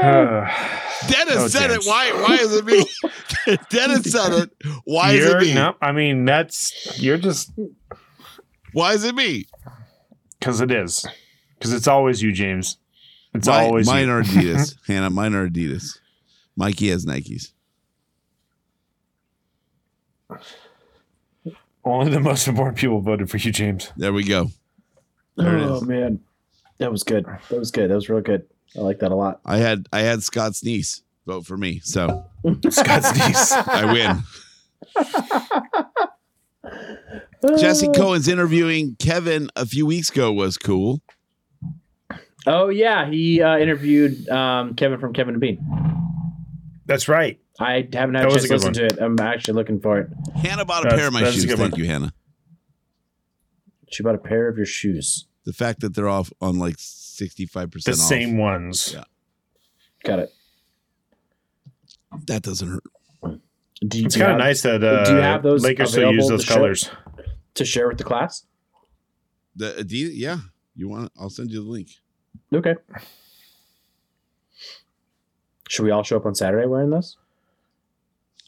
Speaker 3: Dennis
Speaker 2: Oh,
Speaker 3: said
Speaker 2: James.
Speaker 3: it. Why? Why is it me? Dennis said it. Why is it
Speaker 2: You're-
Speaker 3: me?
Speaker 2: No, I mean that's you're just
Speaker 3: Why is it me?
Speaker 2: because it is because it's always you, James. It's
Speaker 3: Mi-
Speaker 2: always
Speaker 3: mine
Speaker 2: you.
Speaker 3: are Adidas. Hannah, mine are Adidas. Mikey has Nikes.
Speaker 2: only the most important people voted for you, James.
Speaker 3: There we go. There it
Speaker 4: oh
Speaker 3: is.
Speaker 4: man, that was good. That was good. That was real good. I like that a lot.
Speaker 3: I had I had Scott's niece vote for me, so
Speaker 2: Scott's niece.
Speaker 3: I win. Jesse Cohen's interviewing Kevin a few weeks ago was cool.
Speaker 4: Oh yeah, he uh, interviewed um, Kevin from Kevin and Bean.
Speaker 2: That's right.
Speaker 4: I haven't
Speaker 2: That
Speaker 4: had a
Speaker 2: was
Speaker 4: chance
Speaker 2: a
Speaker 4: to
Speaker 2: good
Speaker 4: listen
Speaker 2: one.
Speaker 4: to it. I'm actually looking for it.
Speaker 3: Hannah bought a
Speaker 2: That's-
Speaker 3: pair of my
Speaker 2: that's a
Speaker 3: shoes.
Speaker 2: good
Speaker 3: Thank
Speaker 2: one.
Speaker 3: you, Hannah.
Speaker 4: She bought a pair of your shoes.
Speaker 3: The fact that they're off on like sixty five
Speaker 2: The
Speaker 3: percent off
Speaker 2: same ones.
Speaker 3: Yeah.
Speaker 4: Got it.
Speaker 3: that doesn't hurt.
Speaker 4: Do you,
Speaker 2: It's
Speaker 4: do you
Speaker 2: kind of
Speaker 4: have-
Speaker 2: nice that uh,
Speaker 4: do you have those
Speaker 2: Lakers still use
Speaker 4: available
Speaker 2: those
Speaker 4: to show?
Speaker 2: colors.
Speaker 4: to share with the class.
Speaker 3: The Adidas, yeah. You want? It? I'll send you the link.
Speaker 4: Okay. Should we all show up on Saturday wearing those?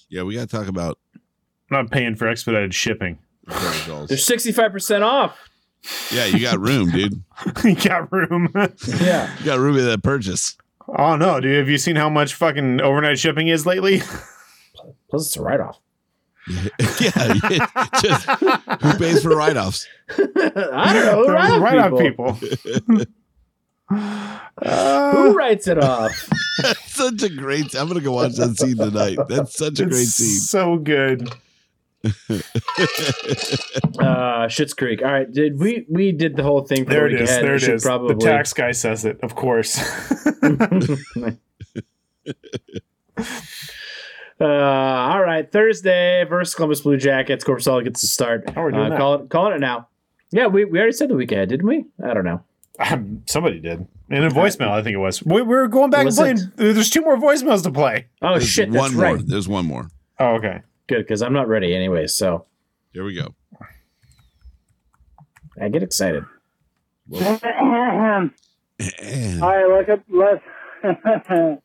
Speaker 3: Yeah, we got to talk about
Speaker 2: Not paying for expedited shipping.
Speaker 3: Terry Dolls.
Speaker 4: They're sixty five percent off.
Speaker 3: Yeah, you got room, dude.
Speaker 2: you got room.
Speaker 4: Yeah.
Speaker 3: You got room in that purchase.
Speaker 2: oh no, dude! Have you seen how much fucking overnight shipping is lately?
Speaker 4: Plus, it's a write off.
Speaker 3: yeah, just who pays for write offs?
Speaker 4: I don't know. Who
Speaker 2: They're
Speaker 4: write
Speaker 2: right
Speaker 4: off
Speaker 2: on
Speaker 4: people?
Speaker 2: people.
Speaker 4: Who writes it off?
Speaker 3: such a great. I'm gonna go watch that scene tonight. That's such a great
Speaker 2: It's
Speaker 3: scene.
Speaker 2: so good.
Speaker 4: Uh, Shit's Creek. All right, did we we did the whole thing for
Speaker 2: There
Speaker 4: the
Speaker 2: it is.
Speaker 4: weekend?
Speaker 2: There
Speaker 4: We
Speaker 2: it
Speaker 4: should
Speaker 2: is.
Speaker 4: Probably.
Speaker 2: The tax guy says it, of course.
Speaker 4: Uh, all right, Thursday versus Columbus Blue Jackets. Corpusala gets the start.
Speaker 2: Oh, we're doing
Speaker 4: uh,
Speaker 2: that.
Speaker 4: Call it, calling it now. Yeah, we, we already said the weekend, didn't we? I don't know.
Speaker 2: Um, somebody did in a voicemail. I think it was. We, we're going back
Speaker 4: Was
Speaker 2: and
Speaker 4: it?
Speaker 2: playing. There's two more voicemails to play.
Speaker 4: Oh
Speaker 3: There's
Speaker 4: shit, that's
Speaker 3: one more.
Speaker 4: right.
Speaker 3: There's one more.
Speaker 2: Oh, okay.
Speaker 4: Good, because I'm not ready anyway, so
Speaker 3: Here we go.
Speaker 4: I get excited.
Speaker 5: All right, look at let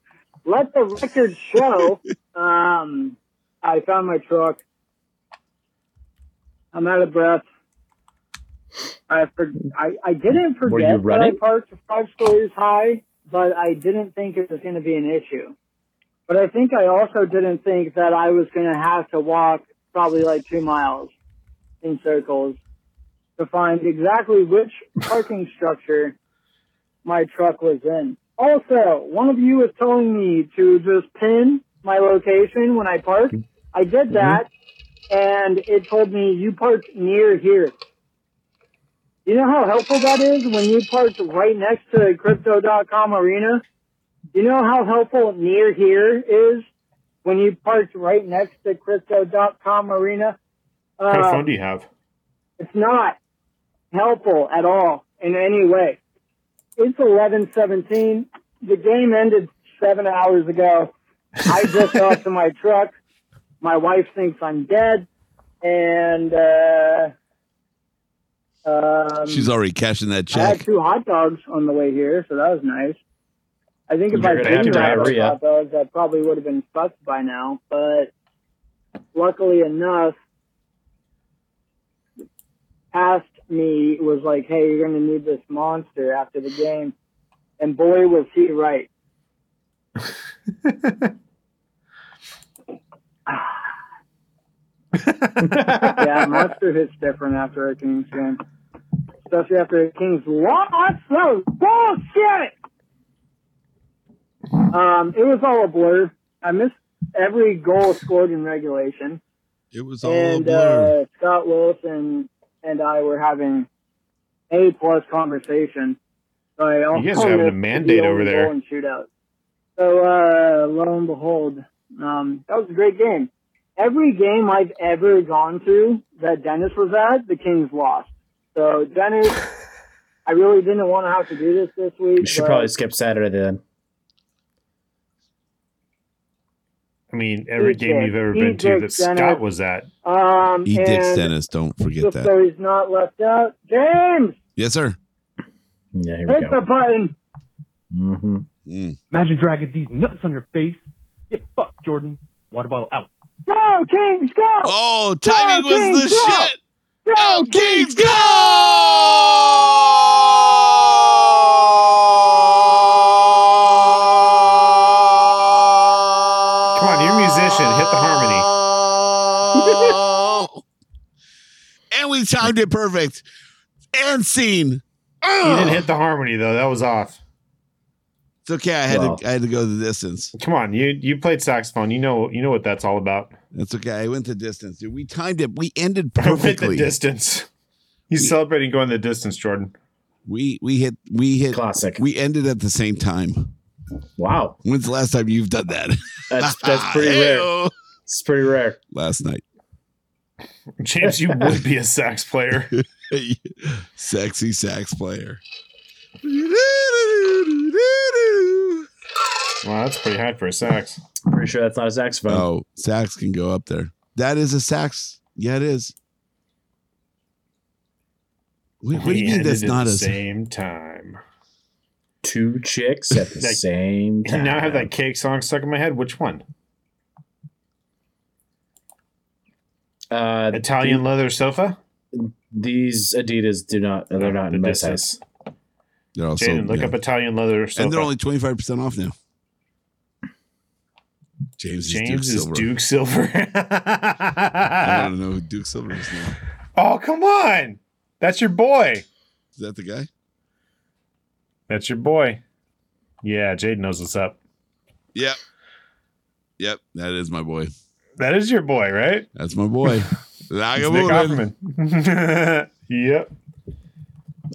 Speaker 5: let the record show. um, I found my truck. I'm out of breath. I for, I, I didn't
Speaker 4: you
Speaker 5: forget that I
Speaker 4: running?
Speaker 5: parked five stories high, but I didn't think it was going to be an issue. But I think I also didn't think that I was going to have to walk probably like two miles in circles to find exactly which parking structure my truck was in. Also, one of you was telling me to just pin my location when I parked. I did that, and it told me you parked near here. You know how helpful that is when you parked right next to Crypto.com Arena? You know how helpful near here is when you parked right next to Crypto.com Arena?
Speaker 2: What kind of
Speaker 5: Uh,
Speaker 2: phone do you have?
Speaker 5: it's not helpful at all in any way. It's eleven seventeen. The game ended seven hours ago. I just got to my truck. My wife thinks I'm dead, and uh, um,
Speaker 3: She's already cashing that
Speaker 5: I had
Speaker 3: check.
Speaker 5: two hot dogs on the way here, so that was nice. I think if
Speaker 4: You're
Speaker 5: I
Speaker 4: gonna have
Speaker 5: didn't have those
Speaker 4: diarrhea.
Speaker 5: hot dogs, I probably would have been fucked by now. But luckily enough, past me was like, "Hey, you're gonna need this monster after the game," and boy was he right. yeah, monster hits different after a Kings game, especially after a Kings loss. That was bullshit. Um, it was all a blur. I missed every goal scored in regulation,
Speaker 3: It was all a
Speaker 5: and
Speaker 3: blur.
Speaker 5: uh, Scott Wilson and I were having a plus conversation. So I also
Speaker 2: guys are having a
Speaker 5: missed the
Speaker 2: mandate over
Speaker 5: only
Speaker 2: there.
Speaker 5: goal and shootout. So uh, lo and behold, um, that was a great game. Every game I've ever gone to that Dennis was at, the Kings lost. So Dennis, I really didn't want to have to do this this week.
Speaker 4: We should
Speaker 5: but
Speaker 4: probably skip Saturday then.
Speaker 2: I mean, every
Speaker 5: Eat
Speaker 2: game
Speaker 5: dick.
Speaker 2: you've ever
Speaker 5: Eat
Speaker 2: been to
Speaker 5: dick,
Speaker 2: that
Speaker 5: Dennis.
Speaker 2: Scott was at.
Speaker 5: Um,
Speaker 3: Eat dick,
Speaker 5: and
Speaker 3: Dennis. Don't forget
Speaker 5: just
Speaker 3: that.
Speaker 5: so he's not left out, James,
Speaker 3: Yes, sir.
Speaker 4: Yeah, here we
Speaker 5: hit the
Speaker 4: go.
Speaker 5: button.
Speaker 4: Mm-hmm.
Speaker 3: Mm.
Speaker 8: Imagine dragging these nuts on your face. Get fucked, Jordan. Water bottle out.
Speaker 5: Go Kings, go!
Speaker 3: Oh, timing
Speaker 5: Go,
Speaker 3: was the
Speaker 5: Kings, go!
Speaker 3: shit. Oh,
Speaker 5: go
Speaker 3: Go Kings, go!
Speaker 2: Come on, you're a musician. Hit the harmony.
Speaker 3: and we timed it perfect. And scene.
Speaker 2: You didn't hit the harmony though. That was off.
Speaker 3: It's okay. I had
Speaker 4: Wow.
Speaker 3: to. I had to go the distance.
Speaker 2: Come on, you you played saxophone. You know you know what that's all about.
Speaker 3: That's okay. I went the distance, dude. We timed it. We ended
Speaker 2: Don't hit the
Speaker 3: perfectly.
Speaker 2: distance. He's celebrating going the distance, Jordan.
Speaker 3: we we hit. We hit.
Speaker 4: Classic.
Speaker 3: We ended at the same time.
Speaker 4: wow.
Speaker 3: When's the last time you've done that?
Speaker 4: That's that's pretty rare.
Speaker 3: Ayo.
Speaker 4: It's pretty rare.
Speaker 3: Last night.
Speaker 2: James, you would be a sax player.
Speaker 3: Sexy sax player.
Speaker 2: Wow, that's pretty high for a sax.
Speaker 4: Pretty sure that's not a saxophone.
Speaker 3: Oh, sax can go up there. That is a sax. Yeah, it is. Wait, what do you
Speaker 2: We
Speaker 3: mean that's
Speaker 2: ended at
Speaker 3: not
Speaker 2: the
Speaker 3: a sax?
Speaker 2: same time?
Speaker 4: Two chicks at the
Speaker 2: Like-
Speaker 4: same time.
Speaker 2: Now I have that cake song stuck in my head. Which one?
Speaker 4: uh,
Speaker 2: Italian leather sofa.
Speaker 4: these Adidas do not. They're not in
Speaker 2: The
Speaker 4: my
Speaker 2: distance.
Speaker 4: size.
Speaker 3: They're also
Speaker 2: Jaden, look
Speaker 3: yeah.
Speaker 2: up Italian leather sofa.
Speaker 3: and they're only twenty five percent off now. James,
Speaker 2: James
Speaker 3: is Duke
Speaker 2: is
Speaker 3: Silver.
Speaker 2: Duke Ah. Silver.
Speaker 3: I don't know who Duke Silver is now.
Speaker 2: oh, come on. That's your boy.
Speaker 3: Is that the guy?
Speaker 2: That's your boy. Yeah, Jade knows what's up.
Speaker 3: Yep. Yep, that is my boy.
Speaker 2: That is your boy, right?
Speaker 3: That's my boy.
Speaker 2: It's
Speaker 3: Like a
Speaker 2: Nick
Speaker 3: woman.
Speaker 2: Offerman. yep.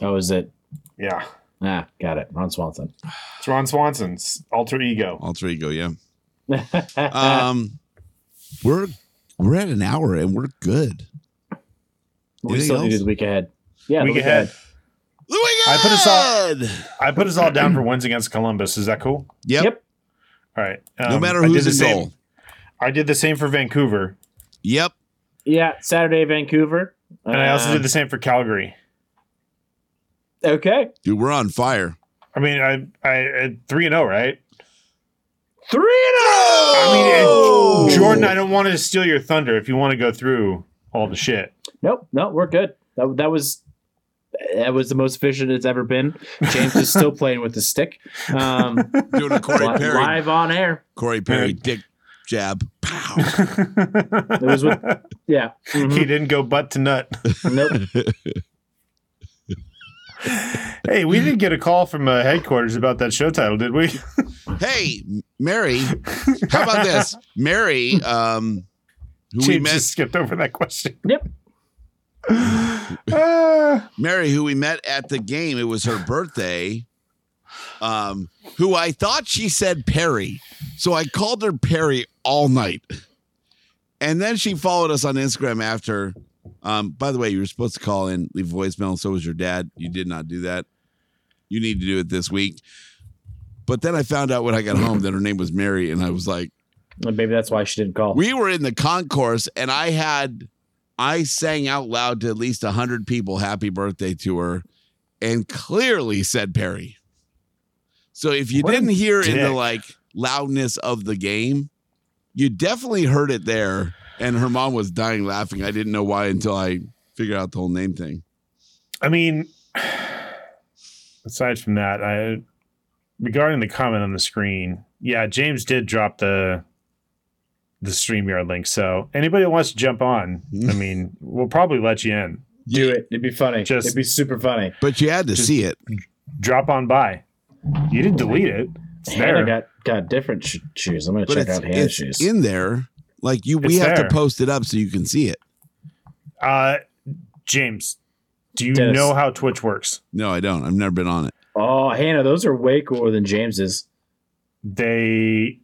Speaker 4: Oh, is it?
Speaker 2: Yeah.
Speaker 4: Ah, got it. Ron Swanson.
Speaker 2: It's Ron Swanson's alter ego.
Speaker 3: Alter ego, yeah.
Speaker 2: Uh,
Speaker 3: Um, we're we're at an hour and we're good.
Speaker 4: we
Speaker 3: anything
Speaker 4: still need to
Speaker 3: else?
Speaker 4: do the week ahead. Yeah,
Speaker 2: week
Speaker 4: look at
Speaker 2: ahead.
Speaker 4: that.
Speaker 3: The weekend.
Speaker 2: I put us I put us all down for wins against Columbus. Is that cool?
Speaker 3: Yep.
Speaker 4: Yep.
Speaker 2: All right.
Speaker 3: No
Speaker 2: Um,
Speaker 3: matter
Speaker 2: I did
Speaker 3: who's
Speaker 2: the
Speaker 3: in
Speaker 2: same-
Speaker 3: goal.
Speaker 2: I did the same for Vancouver,
Speaker 3: Yep.
Speaker 4: Yeah, Saturday Vancouver.
Speaker 2: and I also
Speaker 4: Uh,
Speaker 2: did the same for Calgary.
Speaker 4: Um, Okay,
Speaker 3: Dude, we're on fire.
Speaker 2: I mean, I I three and zero, right?
Speaker 4: three and
Speaker 2: I mean, and
Speaker 3: Oh!
Speaker 2: Jordan, I don't want to steal your thunder. If you want to go through all the shit,
Speaker 4: Nope, no, we're good. That, that was that was the most efficient it's ever been. James is still playing with the stick. Um,
Speaker 3: Doing a Corey
Speaker 4: li-
Speaker 3: Perry.
Speaker 4: live on air.
Speaker 3: Corey Perry dick jab. Pow.
Speaker 4: It was with yeah. mhm,
Speaker 2: he didn't go butt to nut.
Speaker 4: Nope.
Speaker 2: hey, we didn't get a call from uh, headquarters about that show title, did we?
Speaker 3: hey, Mary. How about this? Mary, um, who we
Speaker 2: James
Speaker 3: met
Speaker 2: just skipped over that question.
Speaker 4: Yep.
Speaker 2: Uh,
Speaker 3: Mary, who we met at the game, it was her birthday. Um, who I thought she said Perry, so I called her Perry all night, and then she followed us on Instagram after. Um, by the way, you were supposed to call in, leave a voicemail. So was your dad. You did not do that. You need to do it this week. But then I found out when I got home that her name was Mary, and I was like,
Speaker 4: And Maybe that's why she didn't call.
Speaker 3: we were in the concourse and I had I sang out loud to at least 100 people happy birthday to her and clearly said Perry. So if you
Speaker 2: What a
Speaker 3: didn't hear in the
Speaker 2: dick.
Speaker 3: like loudness of the game, you definitely heard it there and her mom was dying laughing. I didn't know why until I figured out the whole name thing.
Speaker 2: I mean, aside from that, I regarding the comment on the screen, yeah, James did drop the the StreamYard link. So anybody that wants to jump on, I mean, we'll probably let you in.
Speaker 4: Do it. It'd be funny.
Speaker 2: Just-
Speaker 4: It'd be super funny.
Speaker 3: But you had to
Speaker 2: Just-
Speaker 3: see it.
Speaker 2: Drop on by. You didn't delete it. It's there.
Speaker 4: Hannah got got different sh- shoes. I'm gonna
Speaker 3: But
Speaker 4: check
Speaker 3: it's,
Speaker 4: out Hannah's
Speaker 3: it's
Speaker 4: shoes.
Speaker 3: in there. Like you we
Speaker 2: It's
Speaker 3: have
Speaker 2: there.
Speaker 3: to post it up so you can see it.
Speaker 2: uh, James, do you
Speaker 4: Dennis.
Speaker 2: know how Twitch works?
Speaker 3: No, I don't. I've never been on it.
Speaker 4: oh, Hannah, those are way cooler than James's.
Speaker 2: They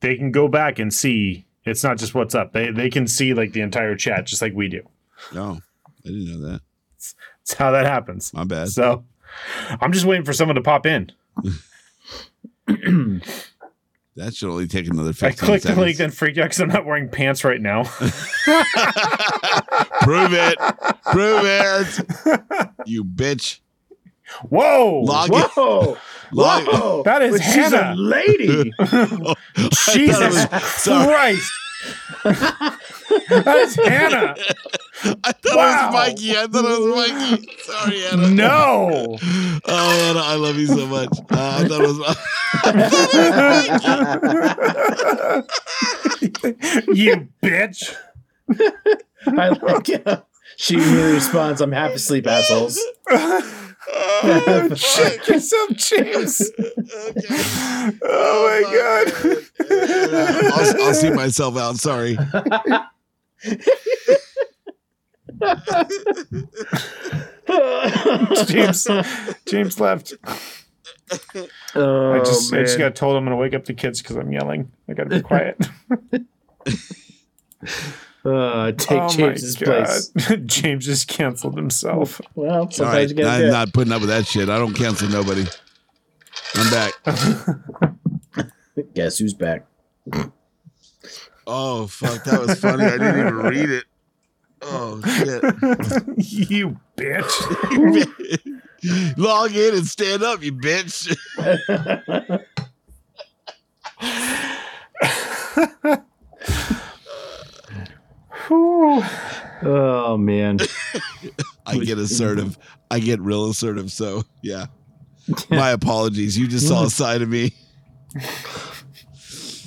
Speaker 2: they can go back and see. It's not just what's up. They they can see like the entire chat, just like we do.
Speaker 3: No. I didn't know that.
Speaker 2: It's how that happens.
Speaker 3: My bad.
Speaker 2: So I'm just waiting for someone to pop in.
Speaker 3: That should only take another
Speaker 2: I
Speaker 3: 15
Speaker 2: clicked the
Speaker 3: seconds.
Speaker 2: link, then freaked out because I'm not wearing pants right now.
Speaker 3: Prove it. Prove it. You bitch.
Speaker 2: Whoa!
Speaker 3: Log in.
Speaker 4: Whoa!
Speaker 3: Log-
Speaker 4: Whoa!
Speaker 2: That is
Speaker 4: Oh, But she's a
Speaker 2: Hannah.
Speaker 4: lady.
Speaker 2: Jesus
Speaker 3: I thought it was- sorry.
Speaker 2: Christ! That's Hannah.
Speaker 3: I thought
Speaker 2: Wow.
Speaker 3: it was Mikey. I thought it was Mikey. Sorry, Anna.
Speaker 2: No.
Speaker 3: Oh, Anna, I love you so much. Uh, I thought it was. I thought it was Mikey.
Speaker 2: you bitch.
Speaker 4: I like it. She immediately responds, I'm half asleep, assholes.
Speaker 3: Oh, fuck.
Speaker 2: yourself, James.
Speaker 3: Okay.
Speaker 2: Oh my god.
Speaker 3: I'll, I'll see myself out. Sorry.
Speaker 2: James James left.
Speaker 4: Oh,
Speaker 2: I just I
Speaker 4: man.
Speaker 2: just got told I'm gonna wake up the kids because I'm yelling. I gotta be quiet.
Speaker 4: Uh, take
Speaker 2: Oh my
Speaker 4: James's
Speaker 2: God.
Speaker 4: place.
Speaker 2: James just canceled himself.
Speaker 4: Well,
Speaker 3: All
Speaker 4: sometimes
Speaker 3: right.
Speaker 4: you gotta
Speaker 3: I'm
Speaker 4: do it.
Speaker 3: not putting up with that shit. I don't cancel nobody. I'm back.
Speaker 4: Guess who's back?
Speaker 3: Oh, fuck. That was funny. I didn't even read it. Oh, shit.
Speaker 2: you bitch.
Speaker 3: Log in and stand up, you bitch.
Speaker 2: Whew.
Speaker 4: Oh, man.
Speaker 3: I get assertive. I get real assertive. So, yeah. My apologies. You just saw a side of me.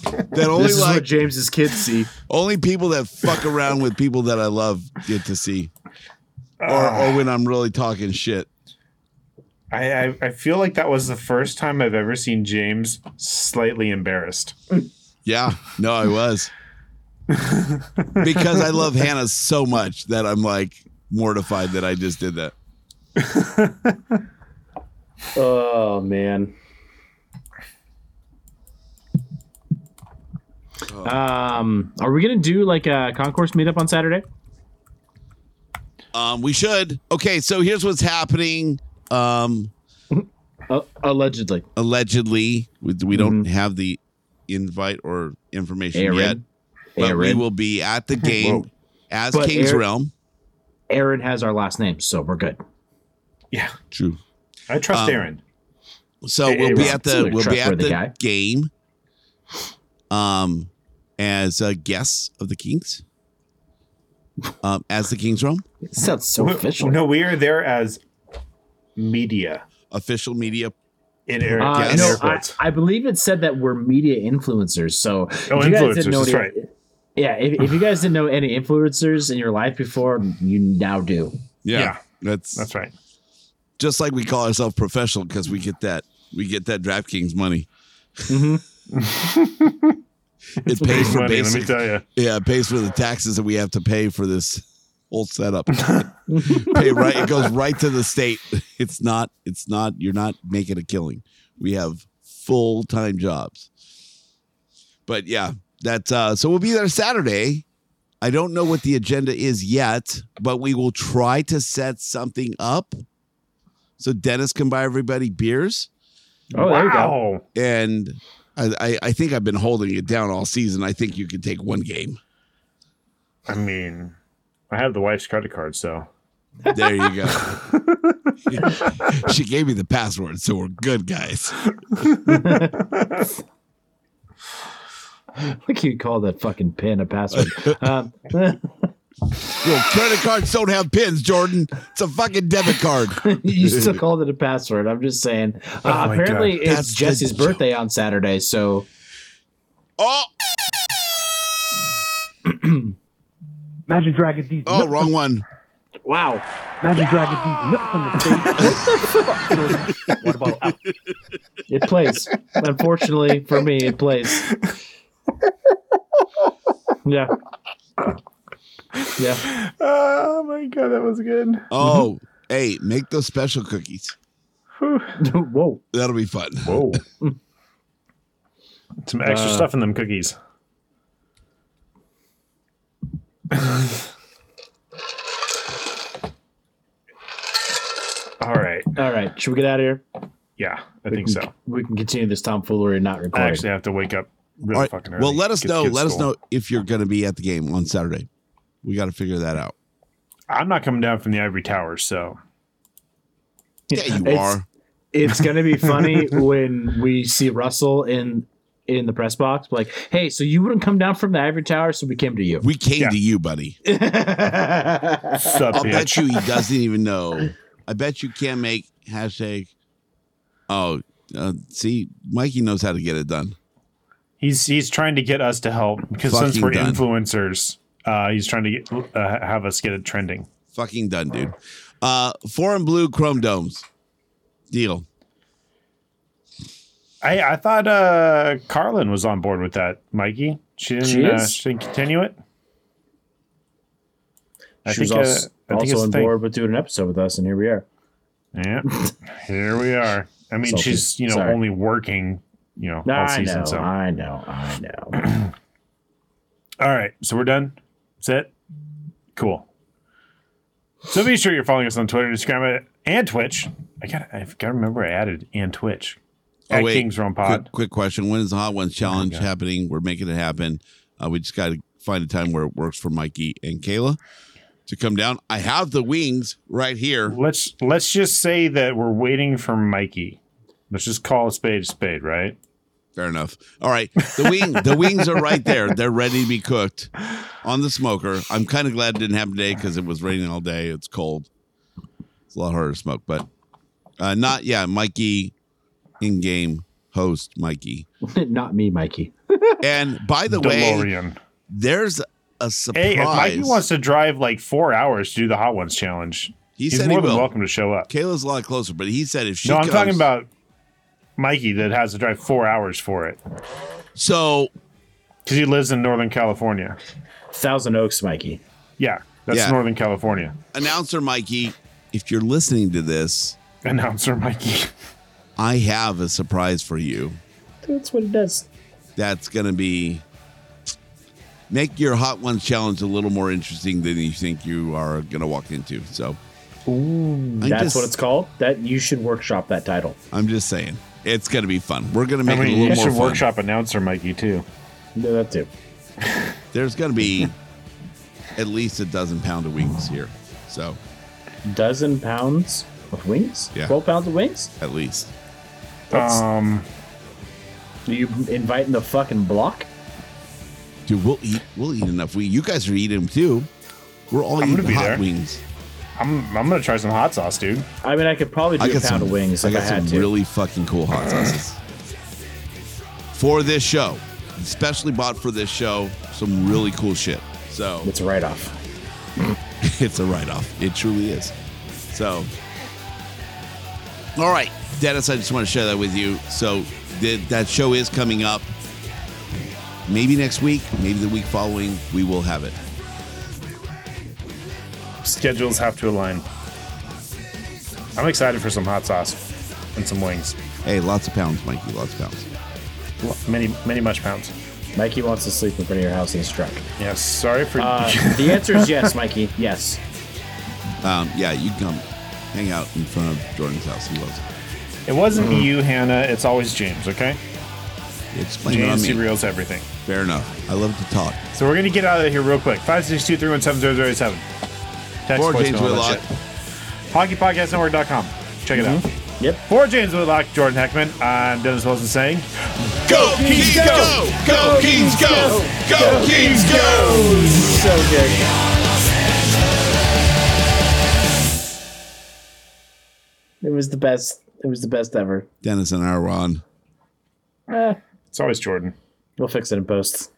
Speaker 3: That only
Speaker 4: This is
Speaker 3: like
Speaker 4: what James's kids see.
Speaker 3: only people that fuck around with people that I love get to see, or
Speaker 4: Ah.
Speaker 3: or when I'm really talking shit.
Speaker 2: I, I I feel like that was the first time I've ever seen James slightly embarrassed.
Speaker 3: Yeah, no, I was because I love Hannah so much that I'm like mortified that I just did that.
Speaker 4: Oh, man. Um, are we gonna do like a concourse meetup on Saturday?
Speaker 3: Um, we should. Okay, so here's what's happening. Um,
Speaker 4: Uh, allegedly.
Speaker 3: allegedly, we, we don't
Speaker 2: Mm-hmm.
Speaker 3: have the invite or information
Speaker 4: Aaron.
Speaker 3: yet, but we
Speaker 4: Aaron.
Speaker 3: will be at the game as
Speaker 4: But
Speaker 3: King's
Speaker 4: Aaron-
Speaker 3: Realm.
Speaker 4: Aaron has our last name, so we're good.
Speaker 2: Yeah.
Speaker 3: True.
Speaker 2: I trust
Speaker 3: Um,
Speaker 2: Aaron.
Speaker 3: So
Speaker 2: Hey,
Speaker 3: we'll
Speaker 2: hey,
Speaker 3: be
Speaker 2: Rob,
Speaker 3: at the we'll be at
Speaker 4: trustworthy
Speaker 3: the
Speaker 4: guy.
Speaker 3: game, um, as a guest of the Kings, um, as the Kings Realm
Speaker 4: It sounds so
Speaker 2: We-
Speaker 4: official.
Speaker 2: No, we are there as media
Speaker 3: official media.
Speaker 2: in air,
Speaker 4: Uh,
Speaker 3: Yes.
Speaker 2: in
Speaker 4: no,
Speaker 2: air
Speaker 4: I,
Speaker 2: quotes.
Speaker 4: I believe it said that we're media influencers. So
Speaker 2: Oh,
Speaker 4: if
Speaker 2: influencers, that's
Speaker 4: any-
Speaker 2: right.
Speaker 4: Yeah, if, if you guys didn't know any influencers in your life before, you now do.
Speaker 2: Yeah.
Speaker 3: that's
Speaker 2: That's right.
Speaker 3: just like we call ourselves professional because we get that we get that DraftKings money. it pays
Speaker 2: Mm-hmm. Big money,
Speaker 3: for
Speaker 2: let me
Speaker 3: basic,
Speaker 2: tell you.
Speaker 3: yeah, it pays for the taxes that we have to pay for this whole setup. pay right, it goes right to the state. It's not, it's not. You're not making a killing. We have full time jobs. But yeah, that's uh, so we'll be there Saturday. I don't know what the agenda is yet, but we will try to set something up so Dennis can buy everybody beers.
Speaker 4: Oh, there you go.
Speaker 2: Wow.
Speaker 3: And I, I, I think I've been holding it down all season. I think you could take one game.
Speaker 2: I mean, I have the wife's credit card, so
Speaker 3: There you go. she gave me the password, so we're good, guys.
Speaker 4: What can you call that fucking pin a password? um,
Speaker 3: Yo, credit cards don't have pins, Jordan. It's a fucking debit card.
Speaker 4: you still called it a password. I'm just saying. Uh,
Speaker 2: my
Speaker 4: apparently,
Speaker 3: God.
Speaker 4: it's
Speaker 3: That's the
Speaker 4: Jesse's
Speaker 3: joke.
Speaker 4: birthday on Saturday, so
Speaker 3: Oh,
Speaker 8: Imagine dragging these
Speaker 3: oh, wrong one.
Speaker 4: wow.
Speaker 8: Imagine dragging these nuts on your face. Fuck, Jordan. Water bottle out.
Speaker 4: It plays. Unfortunately for me, it plays. Yeah. Yeah.
Speaker 2: Oh my god, that was good.
Speaker 3: Oh, hey, make those special cookies.
Speaker 4: Whoa.
Speaker 3: That'll be fun.
Speaker 2: Whoa. Some extra
Speaker 4: Uh,
Speaker 2: stuff in them cookies. All right.
Speaker 4: All right. Should we get out of here?
Speaker 2: Yeah, I think so.
Speaker 4: We can continue this tomfoolery and not record.
Speaker 2: I actually have to wake up really
Speaker 3: All right.
Speaker 2: fucking early.
Speaker 3: Well, let us
Speaker 2: Get the
Speaker 3: know.
Speaker 2: kids
Speaker 3: Let
Speaker 2: to
Speaker 3: us
Speaker 2: school.
Speaker 3: know if you're going to be at the game on Saturday. We got to figure that out.
Speaker 2: I'm not coming down from the ivory tower, so
Speaker 3: Yeah, you
Speaker 4: It's-
Speaker 3: are.
Speaker 4: it's gonna be funny when we see Russell in in the press box. Like, hey, so you wouldn't come down from the ivory tower, so we came to you.
Speaker 3: We came
Speaker 2: Yeah.
Speaker 3: to you, buddy.
Speaker 2: sup,
Speaker 3: I'll
Speaker 2: bitch.
Speaker 3: bet you he doesn't even know. I bet you can't make hashtag. Oh, uh, see, Mikey knows how to get it done.
Speaker 2: He's he's trying to get us to help because since
Speaker 3: Fucking
Speaker 2: we're
Speaker 3: done.
Speaker 2: influencers, uh, he's trying to get, uh, have us get it trending.
Speaker 3: Fucking done, dude. Uh, foreign blue chrome domes. Deal.
Speaker 2: I I thought uh, Carlin was on board with that, Mikey. She didn't.
Speaker 4: She
Speaker 2: uh,
Speaker 4: is?
Speaker 2: she didn't continue it. I
Speaker 4: she was
Speaker 2: think, uh,
Speaker 4: also,
Speaker 2: I think
Speaker 4: also
Speaker 2: it's a
Speaker 4: on
Speaker 2: thing.
Speaker 4: board with doing an episode with us, and here we are.
Speaker 2: Yeah, here we are. I mean,
Speaker 4: Salty.
Speaker 2: she's you know
Speaker 4: Sorry.
Speaker 2: only working you know all
Speaker 4: I
Speaker 2: season.
Speaker 4: know,
Speaker 2: So all
Speaker 4: I know, I know.
Speaker 2: right, so we're done. That's it. Cool. So be sure you're following us on Twitter, Instagram, and Twitch. I got I got to remember I added and Twitch.
Speaker 3: Oh,
Speaker 2: at Kings Realm Pod.
Speaker 3: Quick, quick question. When is the Hot Ones Challenge happening? We're making it happen. Uh, we just got to find a time where it works for Mikey and Kayla to come down. I have the wings right here.
Speaker 2: Let's let's just say that we're waiting for Mikey. Let's just call a spade a spade, right?
Speaker 3: Fair enough. All right. The wing the wings are right there. They're ready to be cooked on the smoker. I'm kind of glad it didn't happen today because it was raining all day. It's cold. It's a lot harder to smoke, but uh not yeah, Mikey in game host Mikey.
Speaker 4: Not me, Mikey.
Speaker 3: And by the way,
Speaker 2: DeLorean.
Speaker 3: there's a surprise.
Speaker 2: Hey, if Mikey wants to drive like four hours to do the Hot Ones challenge,
Speaker 3: He
Speaker 2: he's
Speaker 3: said
Speaker 2: more
Speaker 3: he
Speaker 2: than
Speaker 3: will.
Speaker 2: welcome to show up.
Speaker 3: Kayla's a lot closer, but he said if she
Speaker 2: no, I'm
Speaker 3: comes-
Speaker 2: talking about Mikey that has to drive four hours for it
Speaker 3: so
Speaker 2: because he lives in Northern California.
Speaker 4: Thousand Oaks, Mikey.
Speaker 2: Yeah, that's
Speaker 3: Yeah.
Speaker 2: Northern California.
Speaker 3: announcer Mikey, if you're listening to this,
Speaker 2: Announcer Mikey.
Speaker 3: I have a surprise for you.
Speaker 4: That's what it does.
Speaker 3: that's going to be make your hot ones challenge a little more interesting than you think you are going to walk into. So I'm
Speaker 4: That's
Speaker 3: just-
Speaker 4: what it's called. That you should workshop that title.
Speaker 3: I'm just saying it's going to be fun. We're going to make
Speaker 2: I
Speaker 3: it a
Speaker 2: mean,
Speaker 3: little
Speaker 2: you
Speaker 3: more
Speaker 2: should
Speaker 3: fun.
Speaker 2: workshop announcer, Mikey, too.
Speaker 4: Do that too.
Speaker 3: There's going to be at least a dozen pound of wings here. So
Speaker 4: Dozen pounds of wings.
Speaker 3: Yeah.
Speaker 4: Twelve pounds of wings.
Speaker 3: at least
Speaker 2: Um,
Speaker 4: Are you inviting the fucking block?
Speaker 3: Dude, we'll eat. We'll eat enough. We, you guys are eating them too. We're all
Speaker 2: I'm gonna
Speaker 3: eating
Speaker 2: be
Speaker 3: hot
Speaker 2: there.
Speaker 3: wings.
Speaker 2: I'm I'm gonna try some hot sauce, dude.
Speaker 4: I mean, I could probably do a pound of wings
Speaker 3: I
Speaker 4: if I,
Speaker 3: got
Speaker 4: had
Speaker 3: some
Speaker 4: to.
Speaker 3: really fucking cool hot sauces for this show. Especially bought for this show. Some really cool shit. So
Speaker 4: it's a write off.
Speaker 3: it's a write off. It truly is. So, all right, Dennis, I just want to share that with you. So, th- that show is coming up. Maybe next week, maybe the week following, we will have it.
Speaker 2: Schedules have to align. I'm excited for some hot sauce and some wings.
Speaker 3: Hey, lots of pounds, Mikey, lots of pounds.
Speaker 2: Many, many much pounds.
Speaker 4: Mikey wants to sleep in front of your house in his truck.
Speaker 2: Yes. Sorry for.
Speaker 4: Uh, the answer is yes, Mikey. Yes.
Speaker 3: Um, yeah, you can come hang out in front of Jordan's house. He loves it.
Speaker 2: it wasn't you, Hannah. It's always James. Okay.
Speaker 3: It's my
Speaker 2: James
Speaker 3: me.
Speaker 2: derails everything.
Speaker 3: Fair enough. I love to talk.
Speaker 2: So we're gonna get out of here real quick. Five six two three one seven zero zero seven. Text
Speaker 3: For James
Speaker 2: voicemail, all that
Speaker 3: Whitlock,
Speaker 2: shit. HockeyPodcastNetwork.com. Check it
Speaker 3: Mm-hmm.
Speaker 2: out.
Speaker 4: Yep.
Speaker 2: For James Whitlock, Jordan Heckman, I'm Dennis Wilson saying.
Speaker 3: go Kings, go! Go Kings, go! Go Kings, go!
Speaker 4: So good. It was the best. It was the best ever.
Speaker 3: Dennis and I are on.
Speaker 4: Eh,
Speaker 2: It's always Jordan.
Speaker 4: we'll fix it in post.